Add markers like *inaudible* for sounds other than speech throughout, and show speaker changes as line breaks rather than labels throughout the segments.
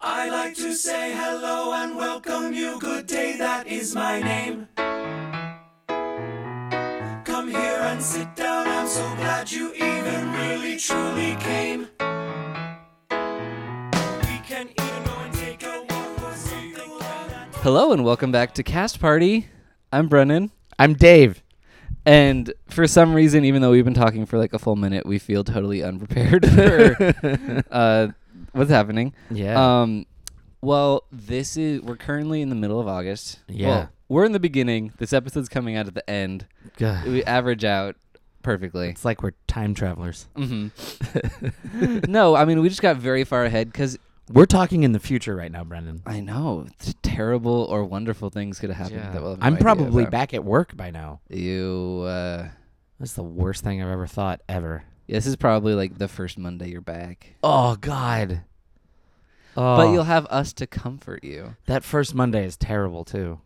I like to say hello and welcome you. Good day, that is my name. Come here and sit down. I'm so glad you even really truly came. We can even go and take a walk or something like that.
Hello and welcome back to Cast Party. I'm Brennan,
I'm Dave.
and for some reason, even though we've been talking for like a full minute, we feel totally unprepared *laughs* for
*laughs*
uh, what's happening.
Yeah.
Um, well, this is we're currently in the middle of August.
Yeah.
Well, we're in the beginning. This episode's coming out at the end.
Gah.
We average out
*laughs*
perfectly.
it's like we're time travelers.
hmm no, I mean we just got very far ahead because
We're talking in the future right now, Brendan.
I know t- terrible or wonderful things could happen. That we'll have no
I'm
idea
probably
about.
back at work by now.
You. Uh,
That's the worst thing I've ever thought ever.
Yeah, This is probably like the first Monday you're back.
Oh God. Oh,
But you'll have us to comfort you.
that first Monday is terrible too.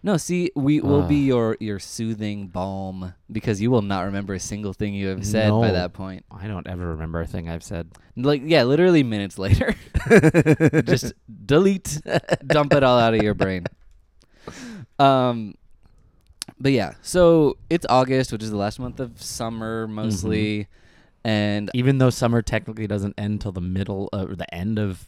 No, see, we will be your your soothing balm because you will not remember a single thing you have said by
No.
that point.
I don't ever remember a thing I've said.
Like yeah, literally minutes *laughs* later. Just delete, dump it all out of your brain. Um but yeah, so it's August, which is the last month of summer mostly. And
Even though summer technically doesn't end till the middle of or the end of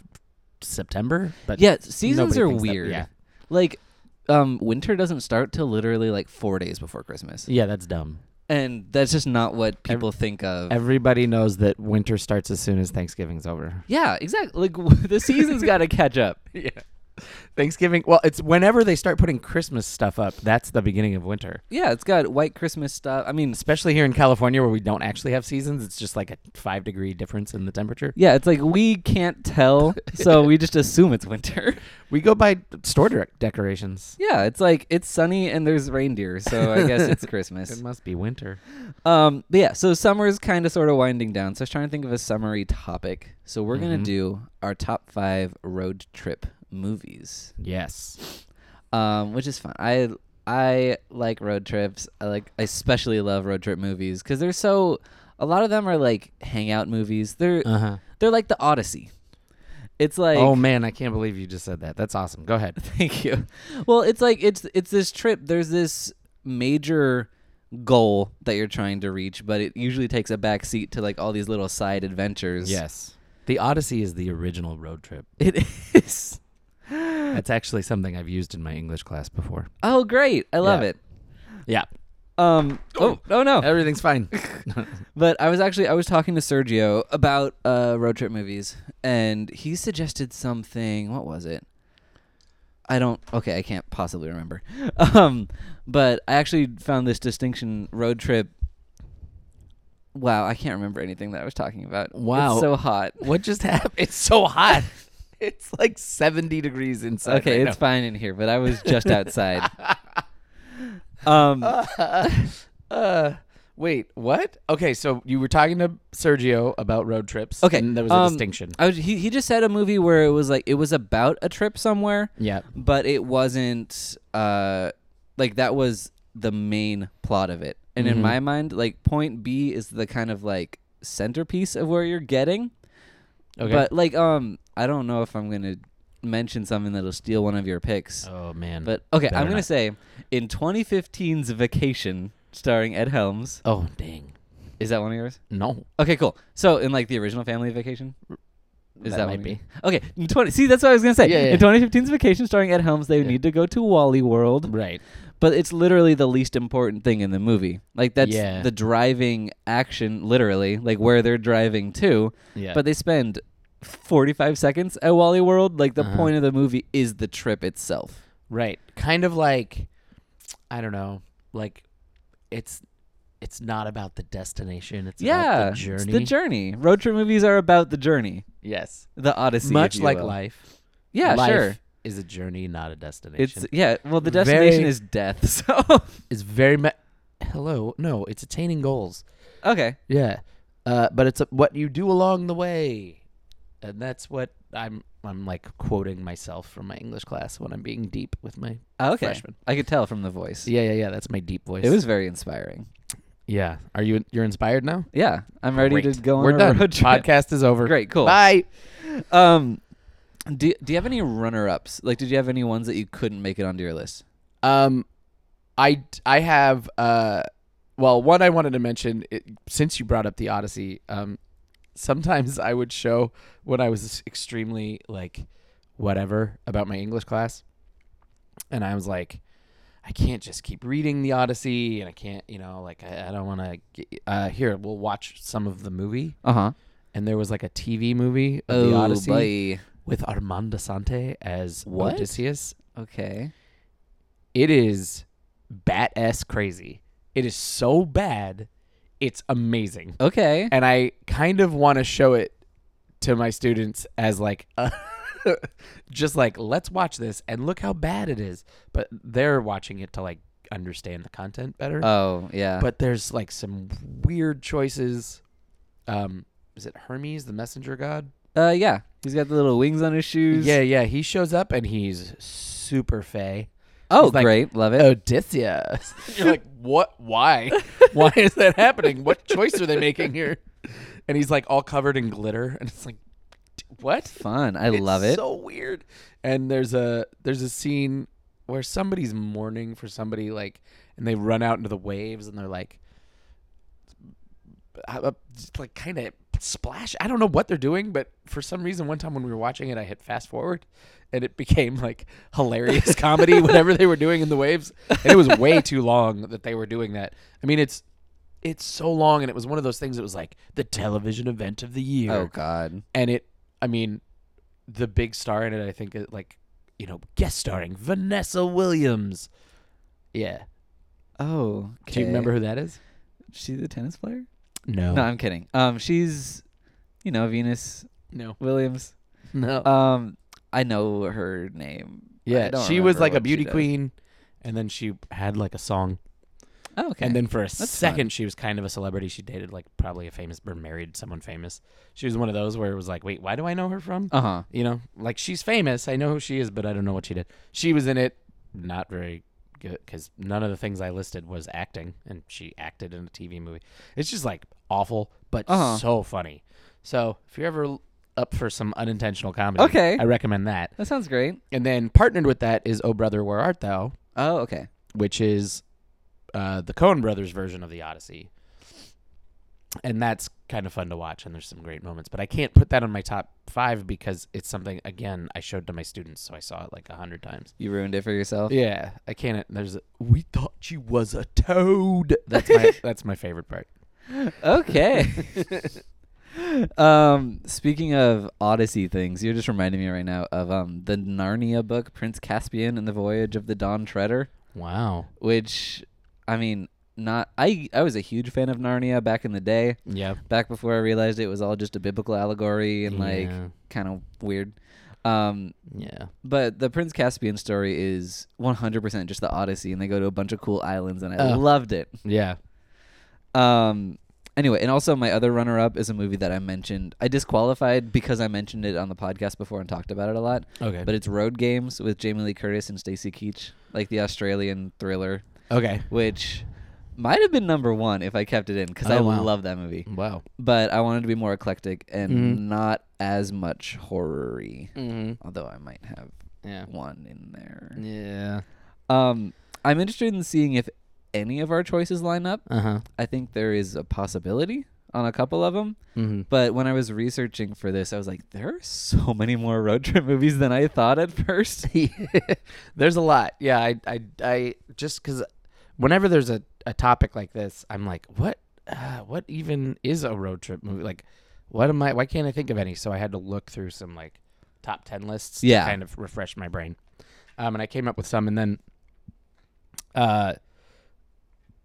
September, but
Yeah, seasons
nobody
are
thinks that-
weird.
yeah.
Like, um, winter doesn't start till literally like four days before Christmas,
yeah, that's dumb.
and that's just not what people think of.
Everybody knows that winter starts as soon as Thanksgiving's over.
yeah, exactly. Like *laughs* the season's got to catch up.
*laughs* Yeah. Thanksgiving. Well, it's whenever they start putting Christmas stuff up, that's the beginning of winter.
Yeah, it's got white Christmas stuff. I mean,
Especially here in California where we don't actually have seasons. It's just like a five degree difference in the temperature.
yeah, it's like we can't tell, so we just assume it's
*laughs*
winter.
We go by store direct decorations.
Yeah, it's like it's sunny and there's reindeer, so I guess
*laughs*
it's Christmas.
It must be winter.
Um, but yeah, so summer's kind of sort of winding down. So I was trying to think of a summary topic. So we're gonna do our top five road trip movies.
Yes.
um, which is fun. I I like road trips. I like I especially love road trip movies because they're so. A lot of them are like hangout movies. They're
Uh huh.
they're like the Odyssey. It's like
Oh man, I can't believe you just said that. That's awesome.
*laughs*
Go ahead.
Thank you. Well, it's like it's it's this trip. There's this major goal that you're trying to reach, but it usually takes a backseat to like all these little side adventures.
Yes. The Odyssey is the original road trip.
*laughs* it is.
That's actually something I've used in my English class before.
Oh, great! I love
Yeah.
it.
Yeah.
Um. Oh. Oh no. *laughs*
Everything's fine. *laughs*
But I was actually I was talking to Sergio about uh, road trip movies, and he suggested something. What was it? I don't. Okay, I can't possibly remember. *laughs* Um, but I actually found this distinction road trip. Wow, I can't remember anything that I was talking about.
Wow.
it's so hot. *laughs*
what just happened? It's so hot. It's like 70 degrees inside.
Okay,
right
it's fine in here, but I was just
*laughs*
outside. um,
Uh, wait, what? Okay, so you were talking to Sergio about road trips.
okay,
and there was a
um,
distinction.
I was, he he just said a movie where it was like it was about a trip somewhere.
Yeah.
but it wasn't uh like that was the main plot of it and
Mm-hmm.
in my mind like point b is the kind of like centerpiece of where you're getting
Okay.
but like um i don't know if i'm gonna mention something that'll steal one of your picks
oh man.
but okay i'm
better
gonna
not.
say in 2015's vacation starring ed helms
oh dang,
is that one of yours
no.
okay cool so in like the original family vacation is that,
That
one
might
of
be.
you- okay? In twenty, see, that's what I was gonna say.
Yeah, yeah,
In 2015's Vacation, starring Ed Helms, they need to go to Wally World.
Right.
but it's literally the least important thing in the movie. Like that's
Yeah.
the driving action, literally, like where they're driving to.
Yeah.
But they spend forty-five seconds at Wally World. Like the
Uh-huh.
point of the movie is the trip itself.
right. Kind of like, I don't know. Like, it's it's not about the destination. It's
yeah,
about the journey.
it's the journey. Road trip movies are about the journey,
Yes.
the Odyssey,
Much
if you
like
will.
life.
Yeah,
life
sure.
Is a journey, not a destination.
It's yeah. Well, the
Very-
destination is death. *laughs* So
is very much. Hello. No, it's attaining goals.
okay,
Yeah, uh, but it's uh what you do along the way, and that's what I'm. I'm like quoting myself from my English class when I'm being deep with my.
okay.
Freshman.
I could tell from the voice.
Yeah, yeah, yeah. That's my deep voice.
It was very inspiring.
Yeah. Are you? You're inspired now.
Yeah, I'm ready
Great.
to go on *laughs*
We're
a
done.
road trip.
Podcast is over.
Great, cool.
Bye.
Um, Do, do you have any runner ups? Like, did you have any ones that you couldn't make it onto your list?
Um, I I have uh, well, one I wanted to mention it, since you brought up the Odyssey. Um, sometimes I would show when I was extremely like whatever about my English class, and I was like. I can't just keep reading the Odyssey, and I can't, you know, like I, I don't want to. Uh, here, we'll watch some of the movie,
Uh huh.
and there was Uh-huh. like a TV movie of
Oh,
the Odyssey
boy.
with Armand Sante as
What?
Odysseus.
Okay.
It is bat ass crazy. It is so bad, it's amazing.
Okay.
And I kind of want to show it to my students as like, *laughs* just like, let's watch this and look how bad it is. But they're watching it to like understand the content better.
Oh, yeah.
but there's like some weird choices. Um, is it Hermes, the messenger god?
uh, yeah. He's got the little wings on his shoes.
Yeah, yeah. He shows up and he's super fey.
Oh,
He's like,
great. Love it.
Odysseus. *laughs* You're like, what? Why? Why is that happening? What choice are they making here? And he's like all covered in glitter, and it's like, d- what?
Fun. I
It's
love it.
So weird. And there's a there's a scene where somebody's mourning for somebody, like, and they run out into the waves, and they're like, uh, just, like kind of splash. I don't know what they're doing, but for some reason, one time when we were watching it, I hit fast forward, and it *laughs* became like
*laughs*
hilarious comedy. whatever they were doing in the waves, and it was way too long that they were doing that. I mean, it's it's so long, and it was one of those things. that was like the television event of the year
oh, God.
and it i mean the big star in it i think it, like you know guest starring vanessa williams yeah
Oh.
do
okay.
you remember who that is
She's a tennis player?
no
No, I'm kidding. Um, she's, you know, Venus
no
Williams.
no
Um, I know her name. I
yeah
don't
she was
remember
like a
what she
beauty
does.
queen and then she had like a song
Oh, okay.
and then for a
fun.
second she was kind of a celebrity she dated like probably a famous or married someone famous she was one of those where it was like wait why do i know her from
uh huh.
you know like she's famous i know who she is but i don't know what she did she was in it not very good because none of the things i listed was acting and she acted in a tv movie it's just like awful but
Uh-huh.
so funny so if you're ever l- up for some unintentional comedy
Okay.
i recommend that
That sounds great.
and then partnered with that is oh brother where art thou
Oh, okay.
which is uh, the cohen brothers version of the odyssey and that's kind of fun to watch and there's some great moments but i can't put that on my top five because it's something again i showed to my students so i saw it like a hundred times
You ruined it for yourself.
yeah i can't there's a, we thought you was a toad that's *laughs* my that's my favorite part *laughs*
Okay. um, speaking of Odyssey things, you're just reminding me right now of um the Narnia book, Prince Caspian and the Voyage of the Dawn Treader,
wow
which, I mean, not I I was a huge fan of Narnia back in the day,
yeah
back before I realized it was all just a biblical allegory and like
Yeah.
kind of weird. Um,
yeah
but the Prince Caspian story is 100% just the Odyssey, and they go to a bunch of cool islands, and I
Oh.
loved it.
yeah
Um. Anyway, and also my other runner-up is a movie that I mentioned. I disqualified because I mentioned it on the podcast before and talked about it a lot.
okay
But it's Road Games with Jamie Lee Curtis and Stacey Keach, like the Australian thriller,
okay
which might have been number one if I kept it in because I
Oh, wow.
love that movie.
wow
But I wanted to be more eclectic and
Mhm.
not as much horror-y,
mm-hmm.
although I might have
yeah
one in there.
yeah
Um, I'm interested in seeing if any of our choices line up.
uh-huh
I think there is a possibility on a couple of them.
mm-hmm.
But when I was researching for this, I was like, there are so *laughs* many more road trip movies than I thought at first.
there's a lot. Yeah, I, I, I just because whenever there's a, a topic like this, I'm like, what, uh, what even is a road trip movie? Like, what am I? Why can't I think of any? So I had to look through some like top ten lists
Yeah.
to kind of refresh my brain, um, and I came up with some, and then, uh,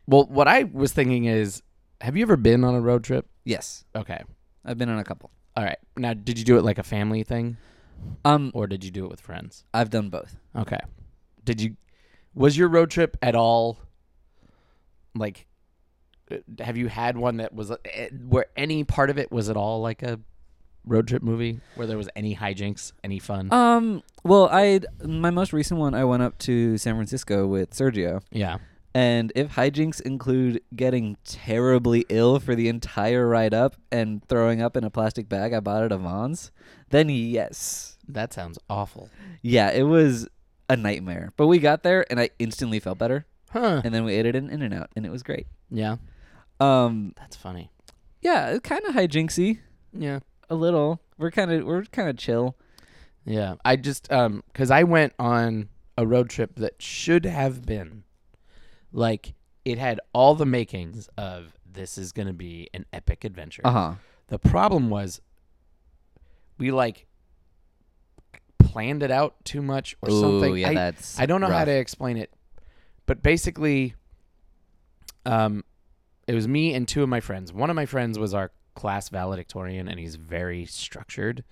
well, what I was thinking is, have you ever been on a road trip?
yes,
Okay,
I've been on a couple.
all right. Now, did you do it like a family thing,
Um,
or did you do it with friends?
I've done both.
Okay. Did you was your road trip at all like uh, have you had one that was uh, eh, where any part of it was at all like a road trip movie where there was any hijinks, any fun?
Um, well, I my most recent one, I went up to San Francisco with Sergio,
yeah.
and if hijinks include getting terribly ill for the entire ride up and throwing up in a plastic bag I bought at a Vons, then yes,
That sounds awful.
Yeah, it was a nightmare. But we got there and I instantly felt better.
Huh.
And then we ate it in In and Out and it was great.
Yeah.
Um
That's funny.
yeah, it's kinda hijinksy.
Yeah.
A little. We're kinda we're kinda chill.
Yeah. I just um cuz I went on a road trip that should have been like it had all the makings of this is going to be an epic adventure.
Uh huh.
The problem was we like planned it out too much or something.
yeah,
I,
that's
I don't know how
rough.
to explain it, but basically, um, it was me and two of my friends. One of my friends was our class valedictorian, and he's very structured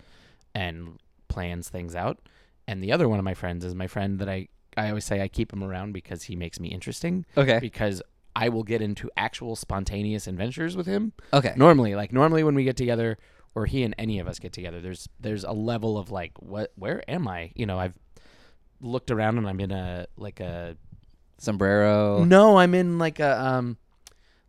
and plans things out. And the other one of my friends is my friend that I I always say I keep him around because he makes me interesting
Okay.
because I will get into actual spontaneous adventures with him.
Okay.
Normally, like normally when we get together or he and any of us get together, there's there's a level of like what where am I? You know, I've looked around and I'm in a like a
Sombrero.
no, I'm in like a um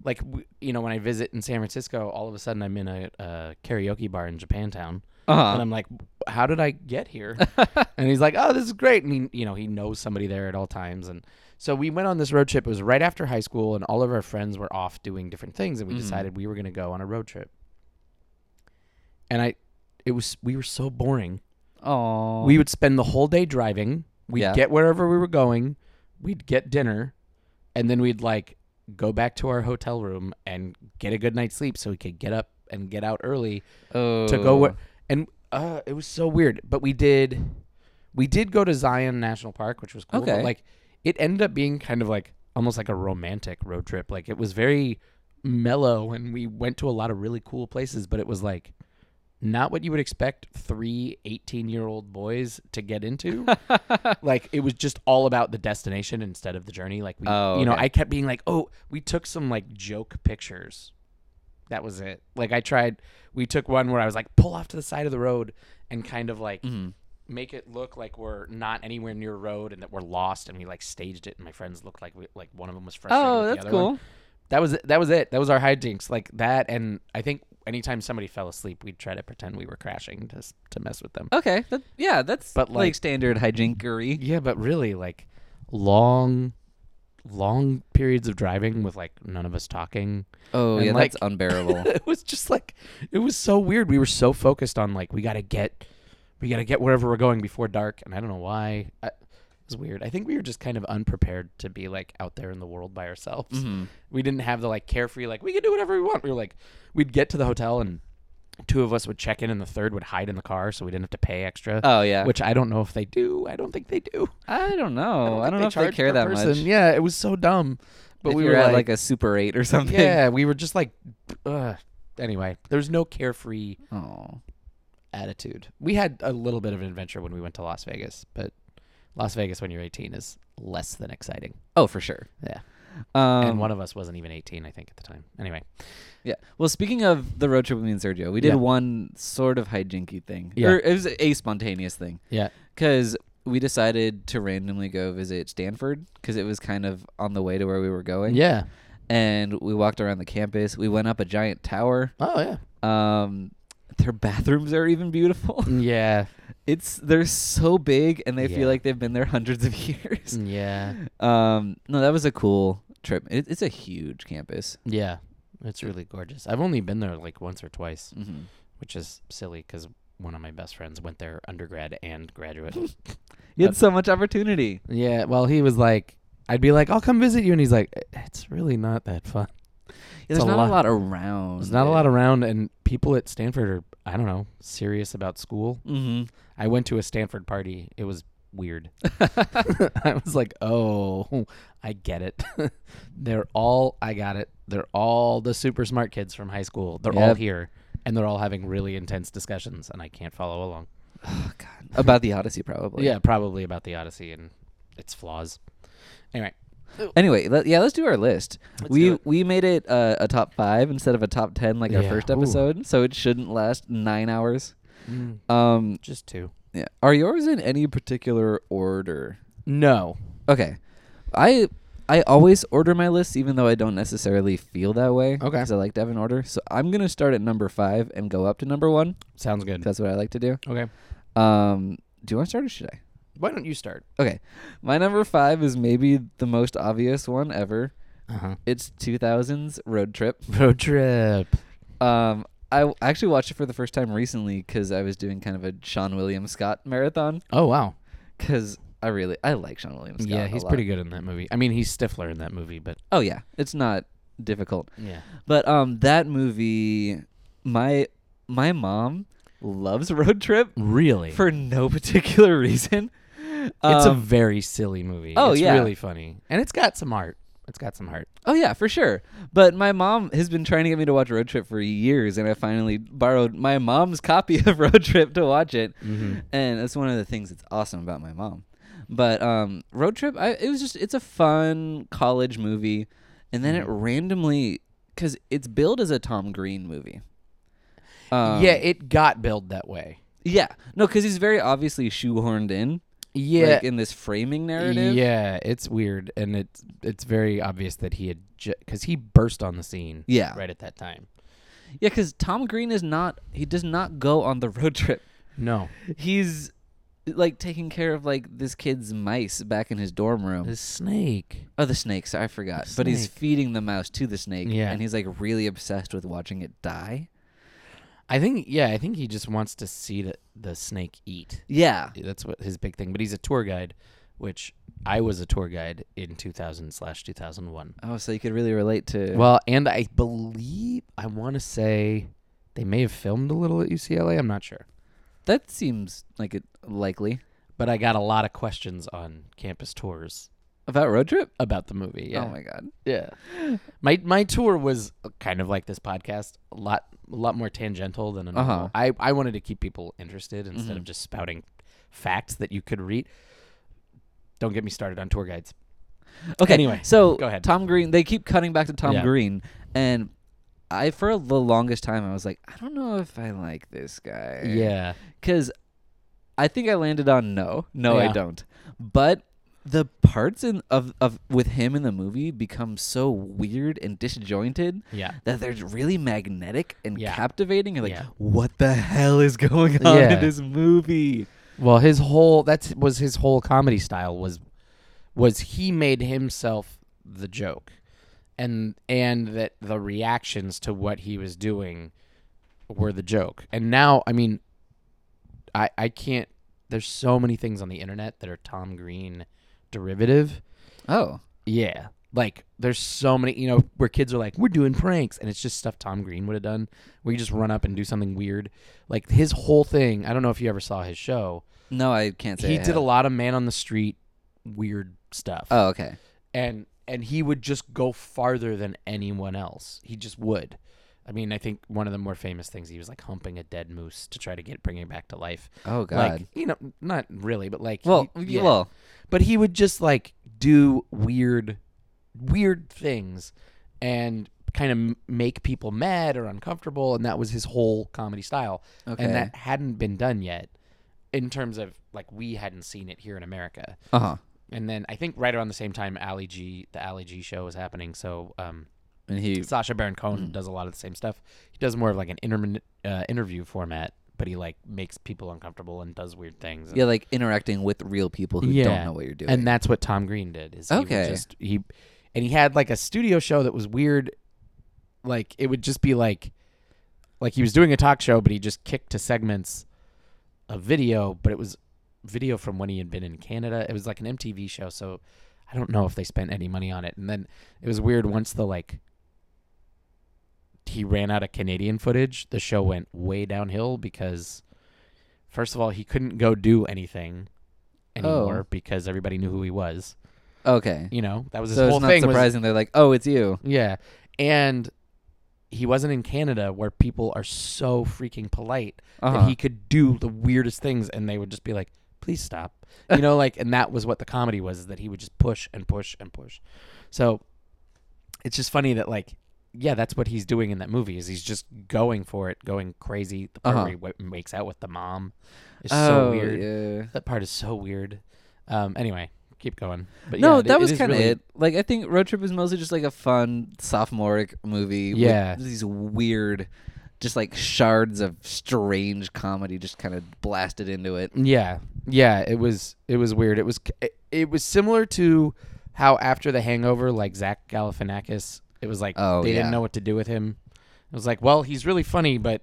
like w- you know when I visit in San Francisco, all of a sudden I'm in a, a karaoke bar in Japantown. And
Uh huh.
I'm like, how did I
*laughs*
get here? and he's like, oh, this is great. And he, you know, he knows somebody there at all times. And so we went on this road trip. It was right after high school, and all of our friends were off doing different things, and we
Mm-hmm.
decided we were going to go on a road trip. And I, it was we were so boring.
Oh.
We would spend the whole day driving. We'd
Yeah.
get wherever we were going. We'd get dinner, and then we'd like go back to our hotel room and get a good night's sleep so we could get up and get out early
oh.
to go where and uh it was so weird but we did we did go to zion national park which was cool
Okay.
but like it ended up being kind of like almost like a romantic road trip like it was very mellow and we went to a lot of really cool places but it was like not what you would expect three 18 year old boys to
*laughs*
get into like it was just all about the destination instead of the journey like we
Oh,
you know
okay.
i kept being like oh we took some like joke pictures that was it. Like I tried we took one where I was like pull off to the side of the road and kind of like
Mm-hmm.
make it look like we're not anywhere near a road and that we're lost and we like staged it and my friends looked like we, like one of them was frustrated
Oh,
with
that's
the other one.
cool.
That was it. that was it. That was our hijinks like that and I think anytime somebody fell asleep we'd try to pretend we were crashing to s- to mess with them.
Okay. That, yeah, that's
But,
like,
like-
standard hijinkery.
Yeah, but really like long long periods of driving with like none of us talking.
Oh,
And,
yeah,
like-
that's
*laughs*
unbearable.
it was just like it was so weird. We were so focused on like we gotta get we gotta get wherever we're going before dark, and I don't know why. I, it was weird. I think we were just kind of unprepared to be like out there in the world by ourselves.
Mm-hmm.
We didn't have the like carefree like we could do whatever we want. We were like we'd get to the hotel and two of us would check in and the third would hide in the car so we didn't have to pay extra.
Oh, yeah.
Which I don't know if they do. I don't think they do.
I don't know. Oh, I don't,
think
know if they
charge
care
per
that
person.
much.
Yeah, it was so dumb. But
if
we
you're
were
at
like
like a Super 8 or
*laughs*
something.
yeah, we were just like, ugh. Anyway, there's no carefree
Oh.
attitude. We had a little bit of an adventure when we went to Las Vegas, but Las Vegas when you're 18 is less than exciting.
Oh, for sure.
Yeah.
Um,
and one of us wasn't even 18, I think, at the time. Anyway.
yeah. Well, speaking of the road trip with me and Sergio, we did
Yeah.
one sort of hijinky thing.
Yeah.
Or it was a spontaneous thing
Yeah.
because we decided to randomly go visit Stanford because it was kind of on the way to where we were going.
Yeah.
And we walked around the campus. We went up a giant tower.
Oh, yeah.
Um, their bathrooms are even beautiful.
Yeah.
*laughs* It's they're so big and they
Mm. Yeah. Mm.
feel like they've been there hundreds of *laughs* years.
Yeah.
Um, no, that was a cool trip. It, it's a huge campus.
Yeah. It's really gorgeous. I've only been there like once or twice,
Mm-hmm.
which is silly because one of my best friends went there undergrad and graduate.
You had
That's-
so much opportunity.
*laughs* yeah. Well, he was like, I'd be like, I'll come visit you. And he's like, it's really not that fun.
There's
a
not
lot.
a lot around.
There's not a lot around, and people at Stanford are, I don't know, serious about school.
Mm-hmm.
I went to a Stanford party. It was *laughs* weird. I was like, oh, I get it. *laughs* they're all, I got it. They're all the super smart kids from high school. They're all
Yep.
here, and they're all having really intense discussions, and I can't follow along.
Oh, About the Odyssey, probably.
yeah, probably about the Odyssey and its flaws. Anyway,
Anyway, let, yeah, let's do our list.
Let's
we
do it.
we made it uh, a top five instead of a top ten like our
Yeah.
first
Ooh.
episode, so it shouldn't last nine hours.
Mm.
Um,
just two.
yeah. Are yours in any particular order?
No.
Okay. I I always order my lists even though I don't necessarily feel that way.
Okay.
Because I like to have an order. So I'm gonna start at number five and go up to number one.
Sounds good.
That's what I like to do.
Okay.
Um, do you want to start or should I?
Why don't you start?
Okay. My number five is maybe the most obvious one ever.
Uh-huh.
It's 2000s Road Trip.
Road trip.
Um, I w- actually watched it for the first time recently because I was doing kind of a Sean William Scott marathon
Oh wow.
because I really I like Sean William Scott.
yeah,
a
he's
lot.
pretty good in that movie. I mean, he's Stifler in that movie, but
Oh yeah, it's not difficult.
yeah.
But um, that movie, my my mom loves Road Trip
*laughs* Really?
for no particular reason.
it's a
Um,
very silly movie.
oh,
it's
yeah.
really funny. And it's got some heart. It's got some heart.
Oh yeah, for sure. But my mom has been trying to get me to watch Road Trip for years, and I finally borrowed my mom's *laughs* copy of Road Trip to watch it,
Mm-hmm.
and that's one of the things that's awesome about my mom. But um, Road Trip, I, it was just it's a fun college movie, and then it
Mm-hmm.
randomly because it's billed as a Tom Green movie. Um,
yeah, it got billed that way.
yeah, no, because he's very obviously shoehorned in,
Yeah.
like in this framing narrative.
Yeah, it's weird and it's it's very obvious that he had cuz he burst on the scene
yeah,
right at that time.
yeah, because Tom Green is not he does not go on the *laughs* road trip.
No.
he's like taking care of like this kid's mice back in his dorm room.
The snake.
oh, the snakes! I forgot. But he's
snake.
feeding the mouse to the snake,
Yeah.
and he's like really obsessed with watching it die.
I think yeah, I think he just wants to see the, the snake eat.
Yeah,
that's what his big thing. But he's a tour guide, which I was a tour guide in 2000 slash 2001.
Oh, so you could really relate to.
Well, and I believe I want to say they may have filmed a little at UCLA. I'm not sure,
that seems like it likely
but I got a lot of questions on campus tours
about road trip.
about the movie. Yeah,
Oh my god.
yeah. My my tour was kind of like this podcast, a lot a lot more tangential than a normal.
Uh-huh. Mm-hmm.
I I wanted to keep people interested instead of just spouting facts that you could read. Don't get me started on tour guides.
Okay.
Anyway,
so
go ahead.
Tom Green. They keep cutting back to Tom
Yeah.
Green, and I for the longest time I was like, I don't know if I like this guy.
Yeah.
because I think I landed on no, no, I
Yeah.
don't. But the parts in of of with him in the movie become so weird and disjointed
Yeah.
that they're really magnetic and
Yeah.
captivating. You're like,
Yeah.
what the hell is going on
Yeah.
in this movie?
Well, his whole that was his whole comedy style was was he made himself the joke. And and that the reactions to what he was doing were the joke. And now, I mean I I can't there's so many things on the internet that are Tom Green derivative.
Oh,
Yeah. Like there's so many, you know, where kids are like, "We're doing pranks," and it's just stuff Tom Green would have done, where you just run up and do something weird. Like his whole thing. I don't know if you ever saw his show,
no, I can't say.
he
I
did
have.
a lot of man on the street weird stuff
Oh, okay.
and and he would just go farther than anyone else he just would i mean i think one of the more famous things he was like humping a dead moose to try to get bring it back to life
Oh God.
like you know not really but like
well,
he-
y-
yeah.
well,
but he would just like do weird weird things and kind of m- make people mad or uncomfortable and that was his whole comedy style
okay.
and that hadn't been done yet in terms of like we hadn't seen it here in America.
uh huh.
And then I think right around the same time, Ali G, the Ali G show was happening. So um,
And he.
Sasha Baron Cohen does a lot of the same stuff. He does more of like an intermin- uh, interview format, but he like makes people uncomfortable and does weird things. And,
Yeah, like interacting with real people who don't know what you're doing.
And that's what Tom Green did. Is he would
Okay.
just he and he had like a studio show that was weird. Like it would just be like like he was doing a talk show, but he just kicked to segments of video, but it was video from when he had been in Canada. It was like an MTV show, so I don't know if they spent any money on it. And then it was weird once the like he ran out of Canadian footage, the show went way downhill because first of all, he couldn't go do anything anymore
Oh.
because everybody knew who he was.
okay.
You know, that was his
So
whole
it's not
thing. was-
surprising they're like, oh, it's you.
yeah. And he wasn't in Canada where people are so freaking polite
Uh-huh.
that he could do the weirdest things and they would just be like, please stop.
*laughs*
You know, like, and that was what the comedy was is that he would just push and push and push. So it's just funny that, like, yeah, that's what he's doing in that movie is he's just going for it, going crazy. The part
Uh-huh.
where he w- makes out with the mom is
oh,
so weird.
Yeah.
That part is so weird. Um, anyway, keep going. But
no,
yeah,
that was
kind of
it. Like I think Road Trip is mostly just like a fun sophomoric movie. with
Yeah.
these weird just like shards of strange comedy just kind of blasted into it.
Yeah, yeah. It was it was weird. It was it, it was similar to how after The Hangover, like Zach Galifianakis, it was like
Oh,
they
yeah.
didn't know what to do with him. It was like, well, he's really funny, but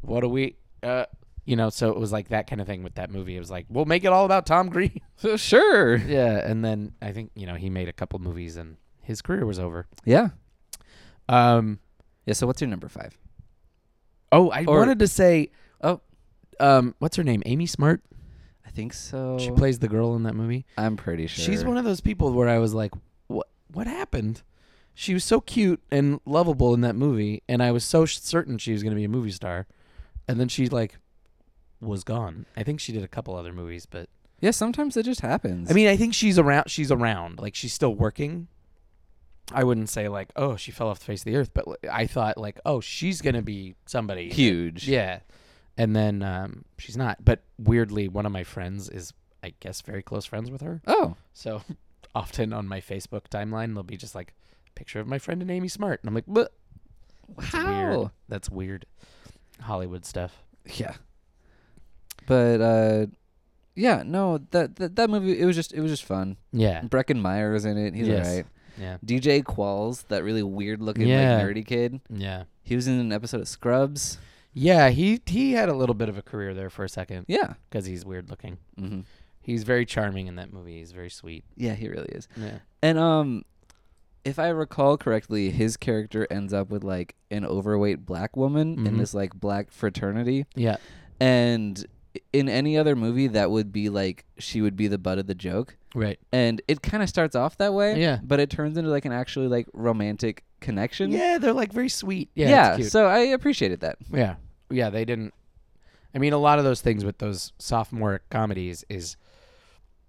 what do we? Uh, you know, so it was like that kind of thing with that movie. It was like, we'll make it all about Tom
*laughs*
Green.
sure.
yeah, and then I think you know he made a couple movies and his career was over.
Yeah.
Um.
Yeah. So what's your number five?
Oh, I
Or-
wanted to say,
Oh,
um, what's her name? Amy Smart.
I think so.
She plays the girl in that movie.
I'm pretty sure.
She's one of those people where I was like, "What? What happened?" She was so cute and lovable in that movie, and I was so sh- certain she was going to be a movie star, and then she like was gone. I think she did a couple other movies, but
Yeah. Sometimes it just happens.
I mean, I think she's around. She's around. Like she's still working. I wouldn't say like, "Oh, she fell off the face of the earth," but like, I thought like, "Oh, she's going to be somebody."
huge.
Yeah. And then um, she's not. But weirdly, one of my friends is, I guess, very close friends with her.
Oh.
So *laughs* often on my Facebook timeline, there'll be just like picture of my friend and Amy Smart, and I'm like, "Bleh."
Wow.
weird. That's weird. Hollywood stuff.
Yeah. But uh yeah, no, that, that that movie it was just it was just fun.
Yeah,
Brecken Meyer was in it. He's
Yes.
alright.
yeah,
DJ Qualls, that really weird looking
Yeah.
like nerdy kid.
yeah,
He was in an episode of Scrubs.
yeah. He he had a little bit of a career there for a second
Yeah.
because he's weird looking.
hmm
He's very charming in that movie. He's very sweet.
Yeah, he really is.
Yeah.
And um if I recall correctly, his character ends up with like an overweight black woman in
Mhm.
this like black fraternity.
Yeah.
And in any other movie that would be like she would be the butt of the joke.
Right.
and it kind of starts off that way
Yeah.
but it turns into like an actually like romantic connection
Yeah, they're like very sweet. Yeah.
Yeah,
it's cute.
so i appreciated that
Yeah. Yeah, they didn't I mean a lot of those things with those sophomore comedies is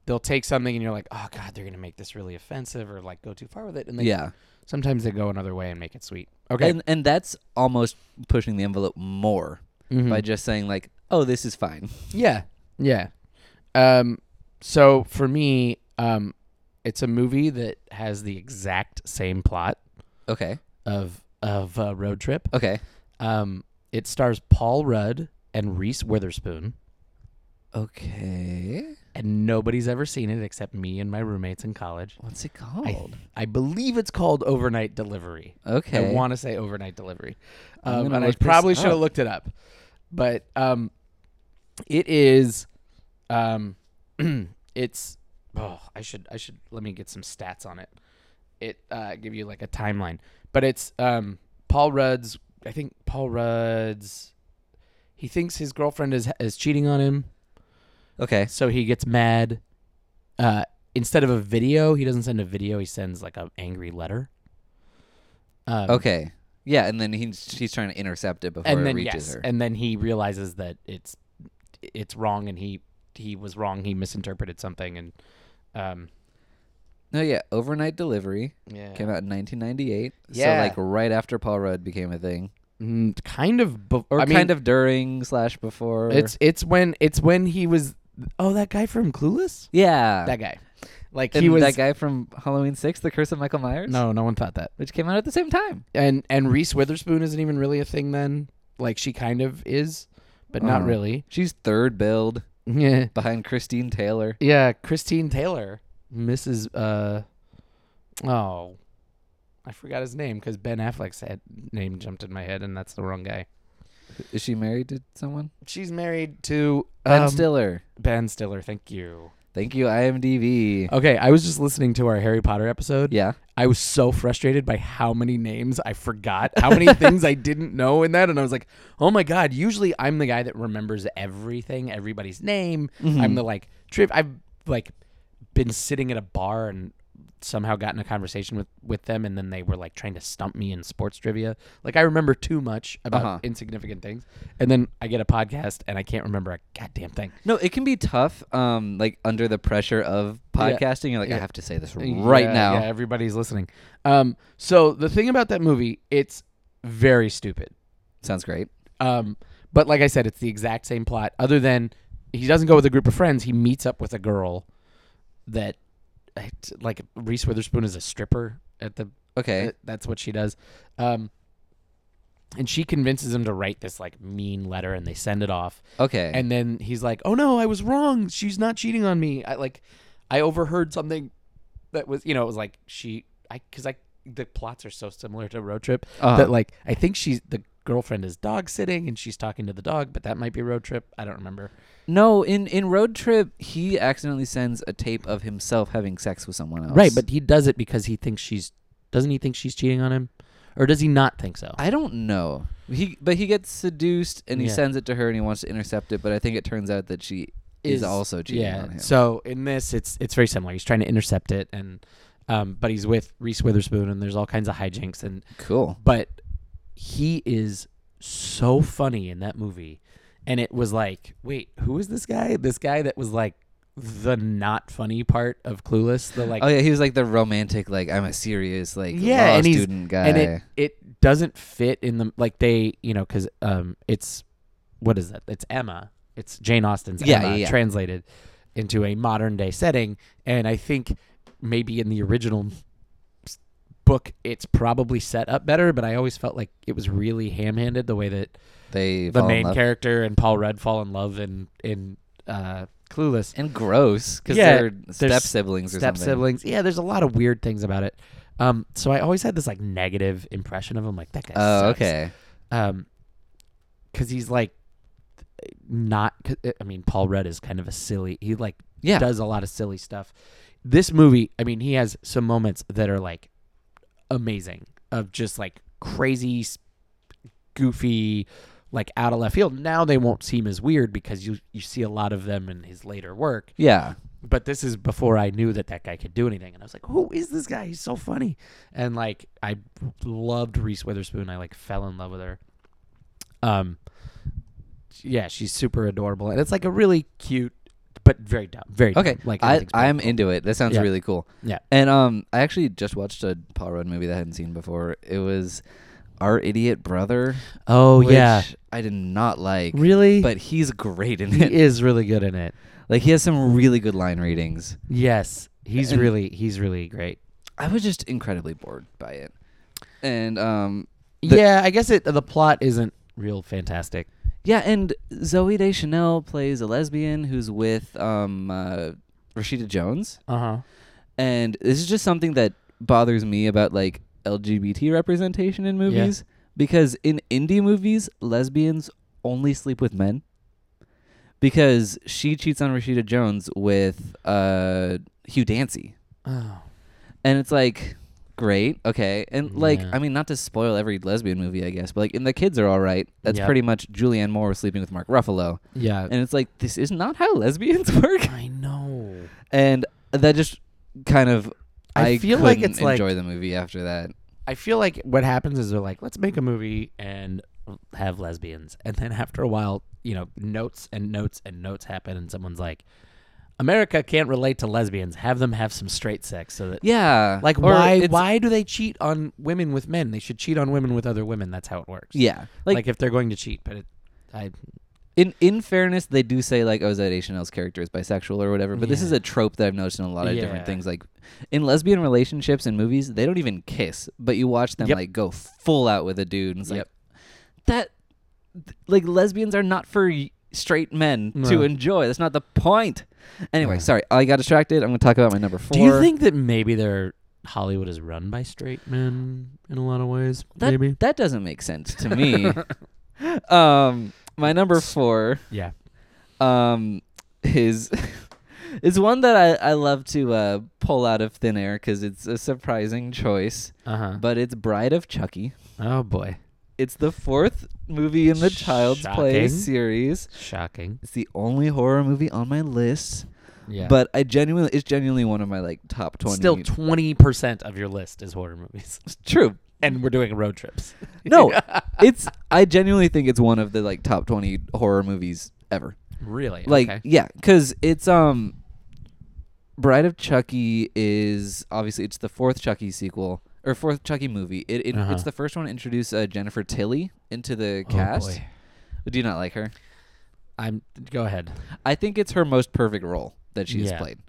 they'll take something and you're like, "Oh god, they're going to make this really offensive or like go too far with it." And they,
yeah
sometimes they go another way and make it sweet. Okay.
and and that's almost pushing the envelope more
Mm-hmm.
by just saying like oh this is fine
yeah. Yeah. Um so for me, um it's a movie that has the exact same plot
okay
of of uh, road trip.
okay
Um it stars Paul Rudd and Reese Witherspoon.
okay
and nobody's ever seen it except me and my roommates in college.
what's it
I,
called
I believe it's called Overnight Delivery.
okay
I want to say Overnight Delivery,
I'm
um,
gonna
and I
look this
probably should
up.
have looked it up, but um, it is, um, *clears throat* it's. Oh, I should I should let me get some stats on it. It uh, give you like a timeline, but it's um, Paul Rudd's. I think Paul Rudd's. He thinks his girlfriend is is cheating on him.
okay
So he gets mad. Uh, instead of a video, he doesn't send a video. He sends like an angry letter. Um,
okay yeah and then he's she's trying to intercept it before
and
it
then
reaches
yes,
her
and then he realizes that it's it's wrong, and he he was wrong. He misinterpreted something, and um,
no yeah overnight delivery
yeah,
came out in 1998
Yeah.
so like right after paul rudd became a thing
Mm, kind of, bef-
or
I mean,
kind of during slash before
It's it's when it's when he was. Oh, that guy from Clueless.
yeah
That guy, like
And
he was.
that guy from Halloween Six, The Curse of Michael Myers.
No, no one thought that.
which came out at the same time.
and and Reese Witherspoon isn't even really a thing then. Like she kind of is, but not
Uh-huh.
really. *laughs*
She's third build
Yeah,
behind Christine Taylor.
yeah. Christine Taylor, Mrs. Uh, oh, I forgot his name because Ben Affleck's head, name jumped in my head, and that's the wrong guy.
Is she married to someone?
She's married to
Ben
um,
Stiller.
Ben Stiller. Thank you.
Thank you, IMDb.
Okay, I was just listening to our Harry Potter episode.
yeah,
I was so frustrated by how many names I forgot, how many things *laughs* I didn't know in that. And I was like, oh my God, usually I'm the guy that remembers everything, everybody's name. I'm the like, trip. I've like been sitting at a bar and somehow gotten a conversation with, with them. And then they were like trying to stump me in sports trivia. Like I remember too much about
Uh-huh.
insignificant things. And then I get a podcast and I can't remember a goddamn thing.
no, it can be tough. Um, like under the pressure of
Yeah.
podcasting, you're like, I
Yeah. Uh,
have to say this right
Yeah,
now.
Yeah, everybody's listening. Um, so the thing about that movie, it's very stupid.
Sounds great.
Um, but like I said, it's the exact same plot. Other than he doesn't go with a group of friends. He meets up with a girl that, like
Eh.
Reese Witherspoon is a stripper at the.
Okay,
That's what she does. Um, and she convinces him to write this like mean letter, and they send it off.
Okay.
Uh, And then he's like, "Oh no, I was wrong. She's not cheating on me." I like, I overheard something that was, you know, it was like she, I, because I, the plots are so similar to Road Trip
Uh-huh.
that like I think she's the girlfriend is dog sitting and she's talking to the dog, but that might be Road Trip. I don't remember.
no, in in Road Trip, he accidentally sends a tape of himself having sex with someone else.
Right, but he does it because he thinks she's. Doesn't he think she's cheating on him, or does he not think so?
I don't know. He but he gets seduced and he
Yeah.
sends it to her and he wants to intercept it, but I think it turns out that she is, also cheating
yeah,
on him.
So in this, it's it's very similar. He's trying to intercept it, and um, but he's with Reese Witherspoon, and there's all kinds of hijinks, and
cool.
but he is so funny in that movie, and it was like, wait, who is this guy? This guy that was like the not funny part of Clueless, the like
oh yeah, he was like the romantic, like I'm a serious, like
Yeah,
law
and he's-
student guy.
and it it doesn't fit in the like they you know because um it's what is that it's Emma it's Jane Austen's
Yeah,
Emma
yeah, yeah.
translated into a modern day setting and I think maybe in the original s- book it's probably set up better but I always felt like it was really ham handed the way that
they
the
fall in
main
love.
character and Paul Rudd fall in love in in uh, Clueless
and gross because
Yeah,
they're step siblings or
step
something.
siblings. Yeah, there's a lot of weird things about it. Um, so I always had this like negative impression of him, like that guy.
Oh,
sucks.
okay.
Um, because he's like not. 'cause- I mean, Paul Rudd is kind of a silly. He like
Yeah.
does a lot of silly stuff. This movie, I mean, he has some moments that are like amazing of just like crazy, s- goofy, like out of left field. Now they won't seem as weird because you you see a lot of them in his later work
Yeah.
but this is before I knew that that guy could do anything. And I was like, who is this guy? He's so funny. And like, I loved Reese Witherspoon. I like fell in love with her. Um, yeah, she's super adorable, and it's like a really cute, but very dumb, very dumb.
Okay.
Like
I,
everything's
I'm
beautiful.
into it. That sounds
Yeah.
really cool.
Yeah.
And um, I actually just watched a Paul Rudd movie that I hadn't seen before. It was Our Idiot Brother.
Oh yeah,
which I did not like.
really?
But he's great in
he
it.
is really good in it.
*laughs* Like he has some really good line readings.
Yes, he's
And-
really he's really great.
I was just incredibly bored by it. And um The-
yeah, I guess it the plot isn't real fantastic.
yeah, and Zoe Deschanel plays a lesbian who's with um uh, Rashida Jones.
Uh huh.
And this is just something that bothers me about like LGBT representation in movies because in indie movies lesbians only sleep with men. Because she cheats on Rashida Jones with uh Hugh Dancy.
Oh.
And it's like, great, okay. And like,
Yeah.
I mean, not to spoil every lesbian movie, I guess, but like, and the kids are all right. That's
Yep.
pretty much Julianne Moore sleeping with Mark Ruffalo.
Yeah.
Uh, And it's like, this is not how lesbians *laughs* work.
I know.
And that just kind of, I,
I feel like
couldn't
it's like-
enjoy the movie after that.
I feel like what happens is they're like, let's make a movie and have lesbians. And then after a while, you know, notes and notes and notes happen, and someone's like, America can't relate to lesbians. Have them have some straight sex so that.
Yeah.
Like,
Or
why,
it's-
why do they cheat on women with men? They should cheat on women with other women. That's how it works.
Yeah.
Like,
Like,
if they're going to cheat, but it. I,
in, in fairness, they do say, like, oh, Zoe Chanel's character is bisexual or whatever, but this is
Yeah.
a trope that I've noticed in a lot of different
Yeah.
things. Like, in lesbian relationships and movies, they don't even kiss, but you watch them,
Yep.
like, go full out with a dude. And it's like,
Yep.
that th- like lesbians are not for y- straight men
No.
to enjoy. That's not the point. Anyway, sorry, I got distracted. I'm going to talk about my number four.
do you think that maybe they're. Hollywood is run by straight men in a lot of ways.
that
maybe.
that doesn't make sense to
*laughs*
me? um, my number four
Yeah.
um is *laughs* is one that I I love to uh, pull out of thin air because it's a surprising choice,
Uh huh.
but it's Bride of Chucky.
Oh boy.
It's the fourth movie in the Child's Play
Shocking.
series.
Shocking.
It's the only horror movie on my list.
Yeah.
But I genuinely, it's genuinely one of my like top twenty.
Still, twenty percent of your list is horror movies, *laughs*
It's true.
and we're doing road trips.
*laughs*
*laughs*
No, it's. I genuinely think it's one of the like top twenty horror movies ever.
really,
Like,
Okay.
yeah, because it's um, Bride of Chucky is obviously it's the fourth Chucky sequel or fourth Chucky movie. It, it
Uh-huh.
it's the first one to introduce uh, Jennifer Tilly into the
Oh,
cast.
boy.
Do you not like her?
I'm. Go ahead.
I think it's her most perfect role that she's
Yeah.
played.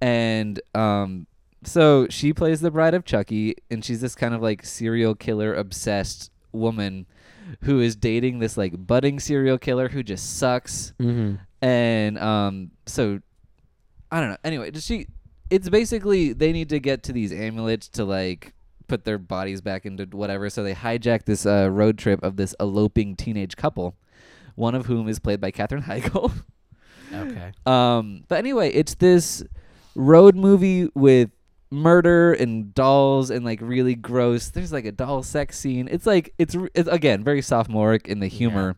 And um so she plays the bride of Chucky and she's this kind of like serial killer obsessed woman who is dating this like budding serial killer who just sucks. And um, so I don't know. Anyway, does she? It's basically they need to get to these amulets to like put their bodies back into whatever. So they hijack this uh, road trip of this eloping teenage couple, one of whom is played by Katherine Heigl. *laughs*
Okay.
Um, but anyway, it's this road movie with murder and dolls and like really gross. There's like a doll sex scene. It's like it's, r- it's again very sophomoric in the humor,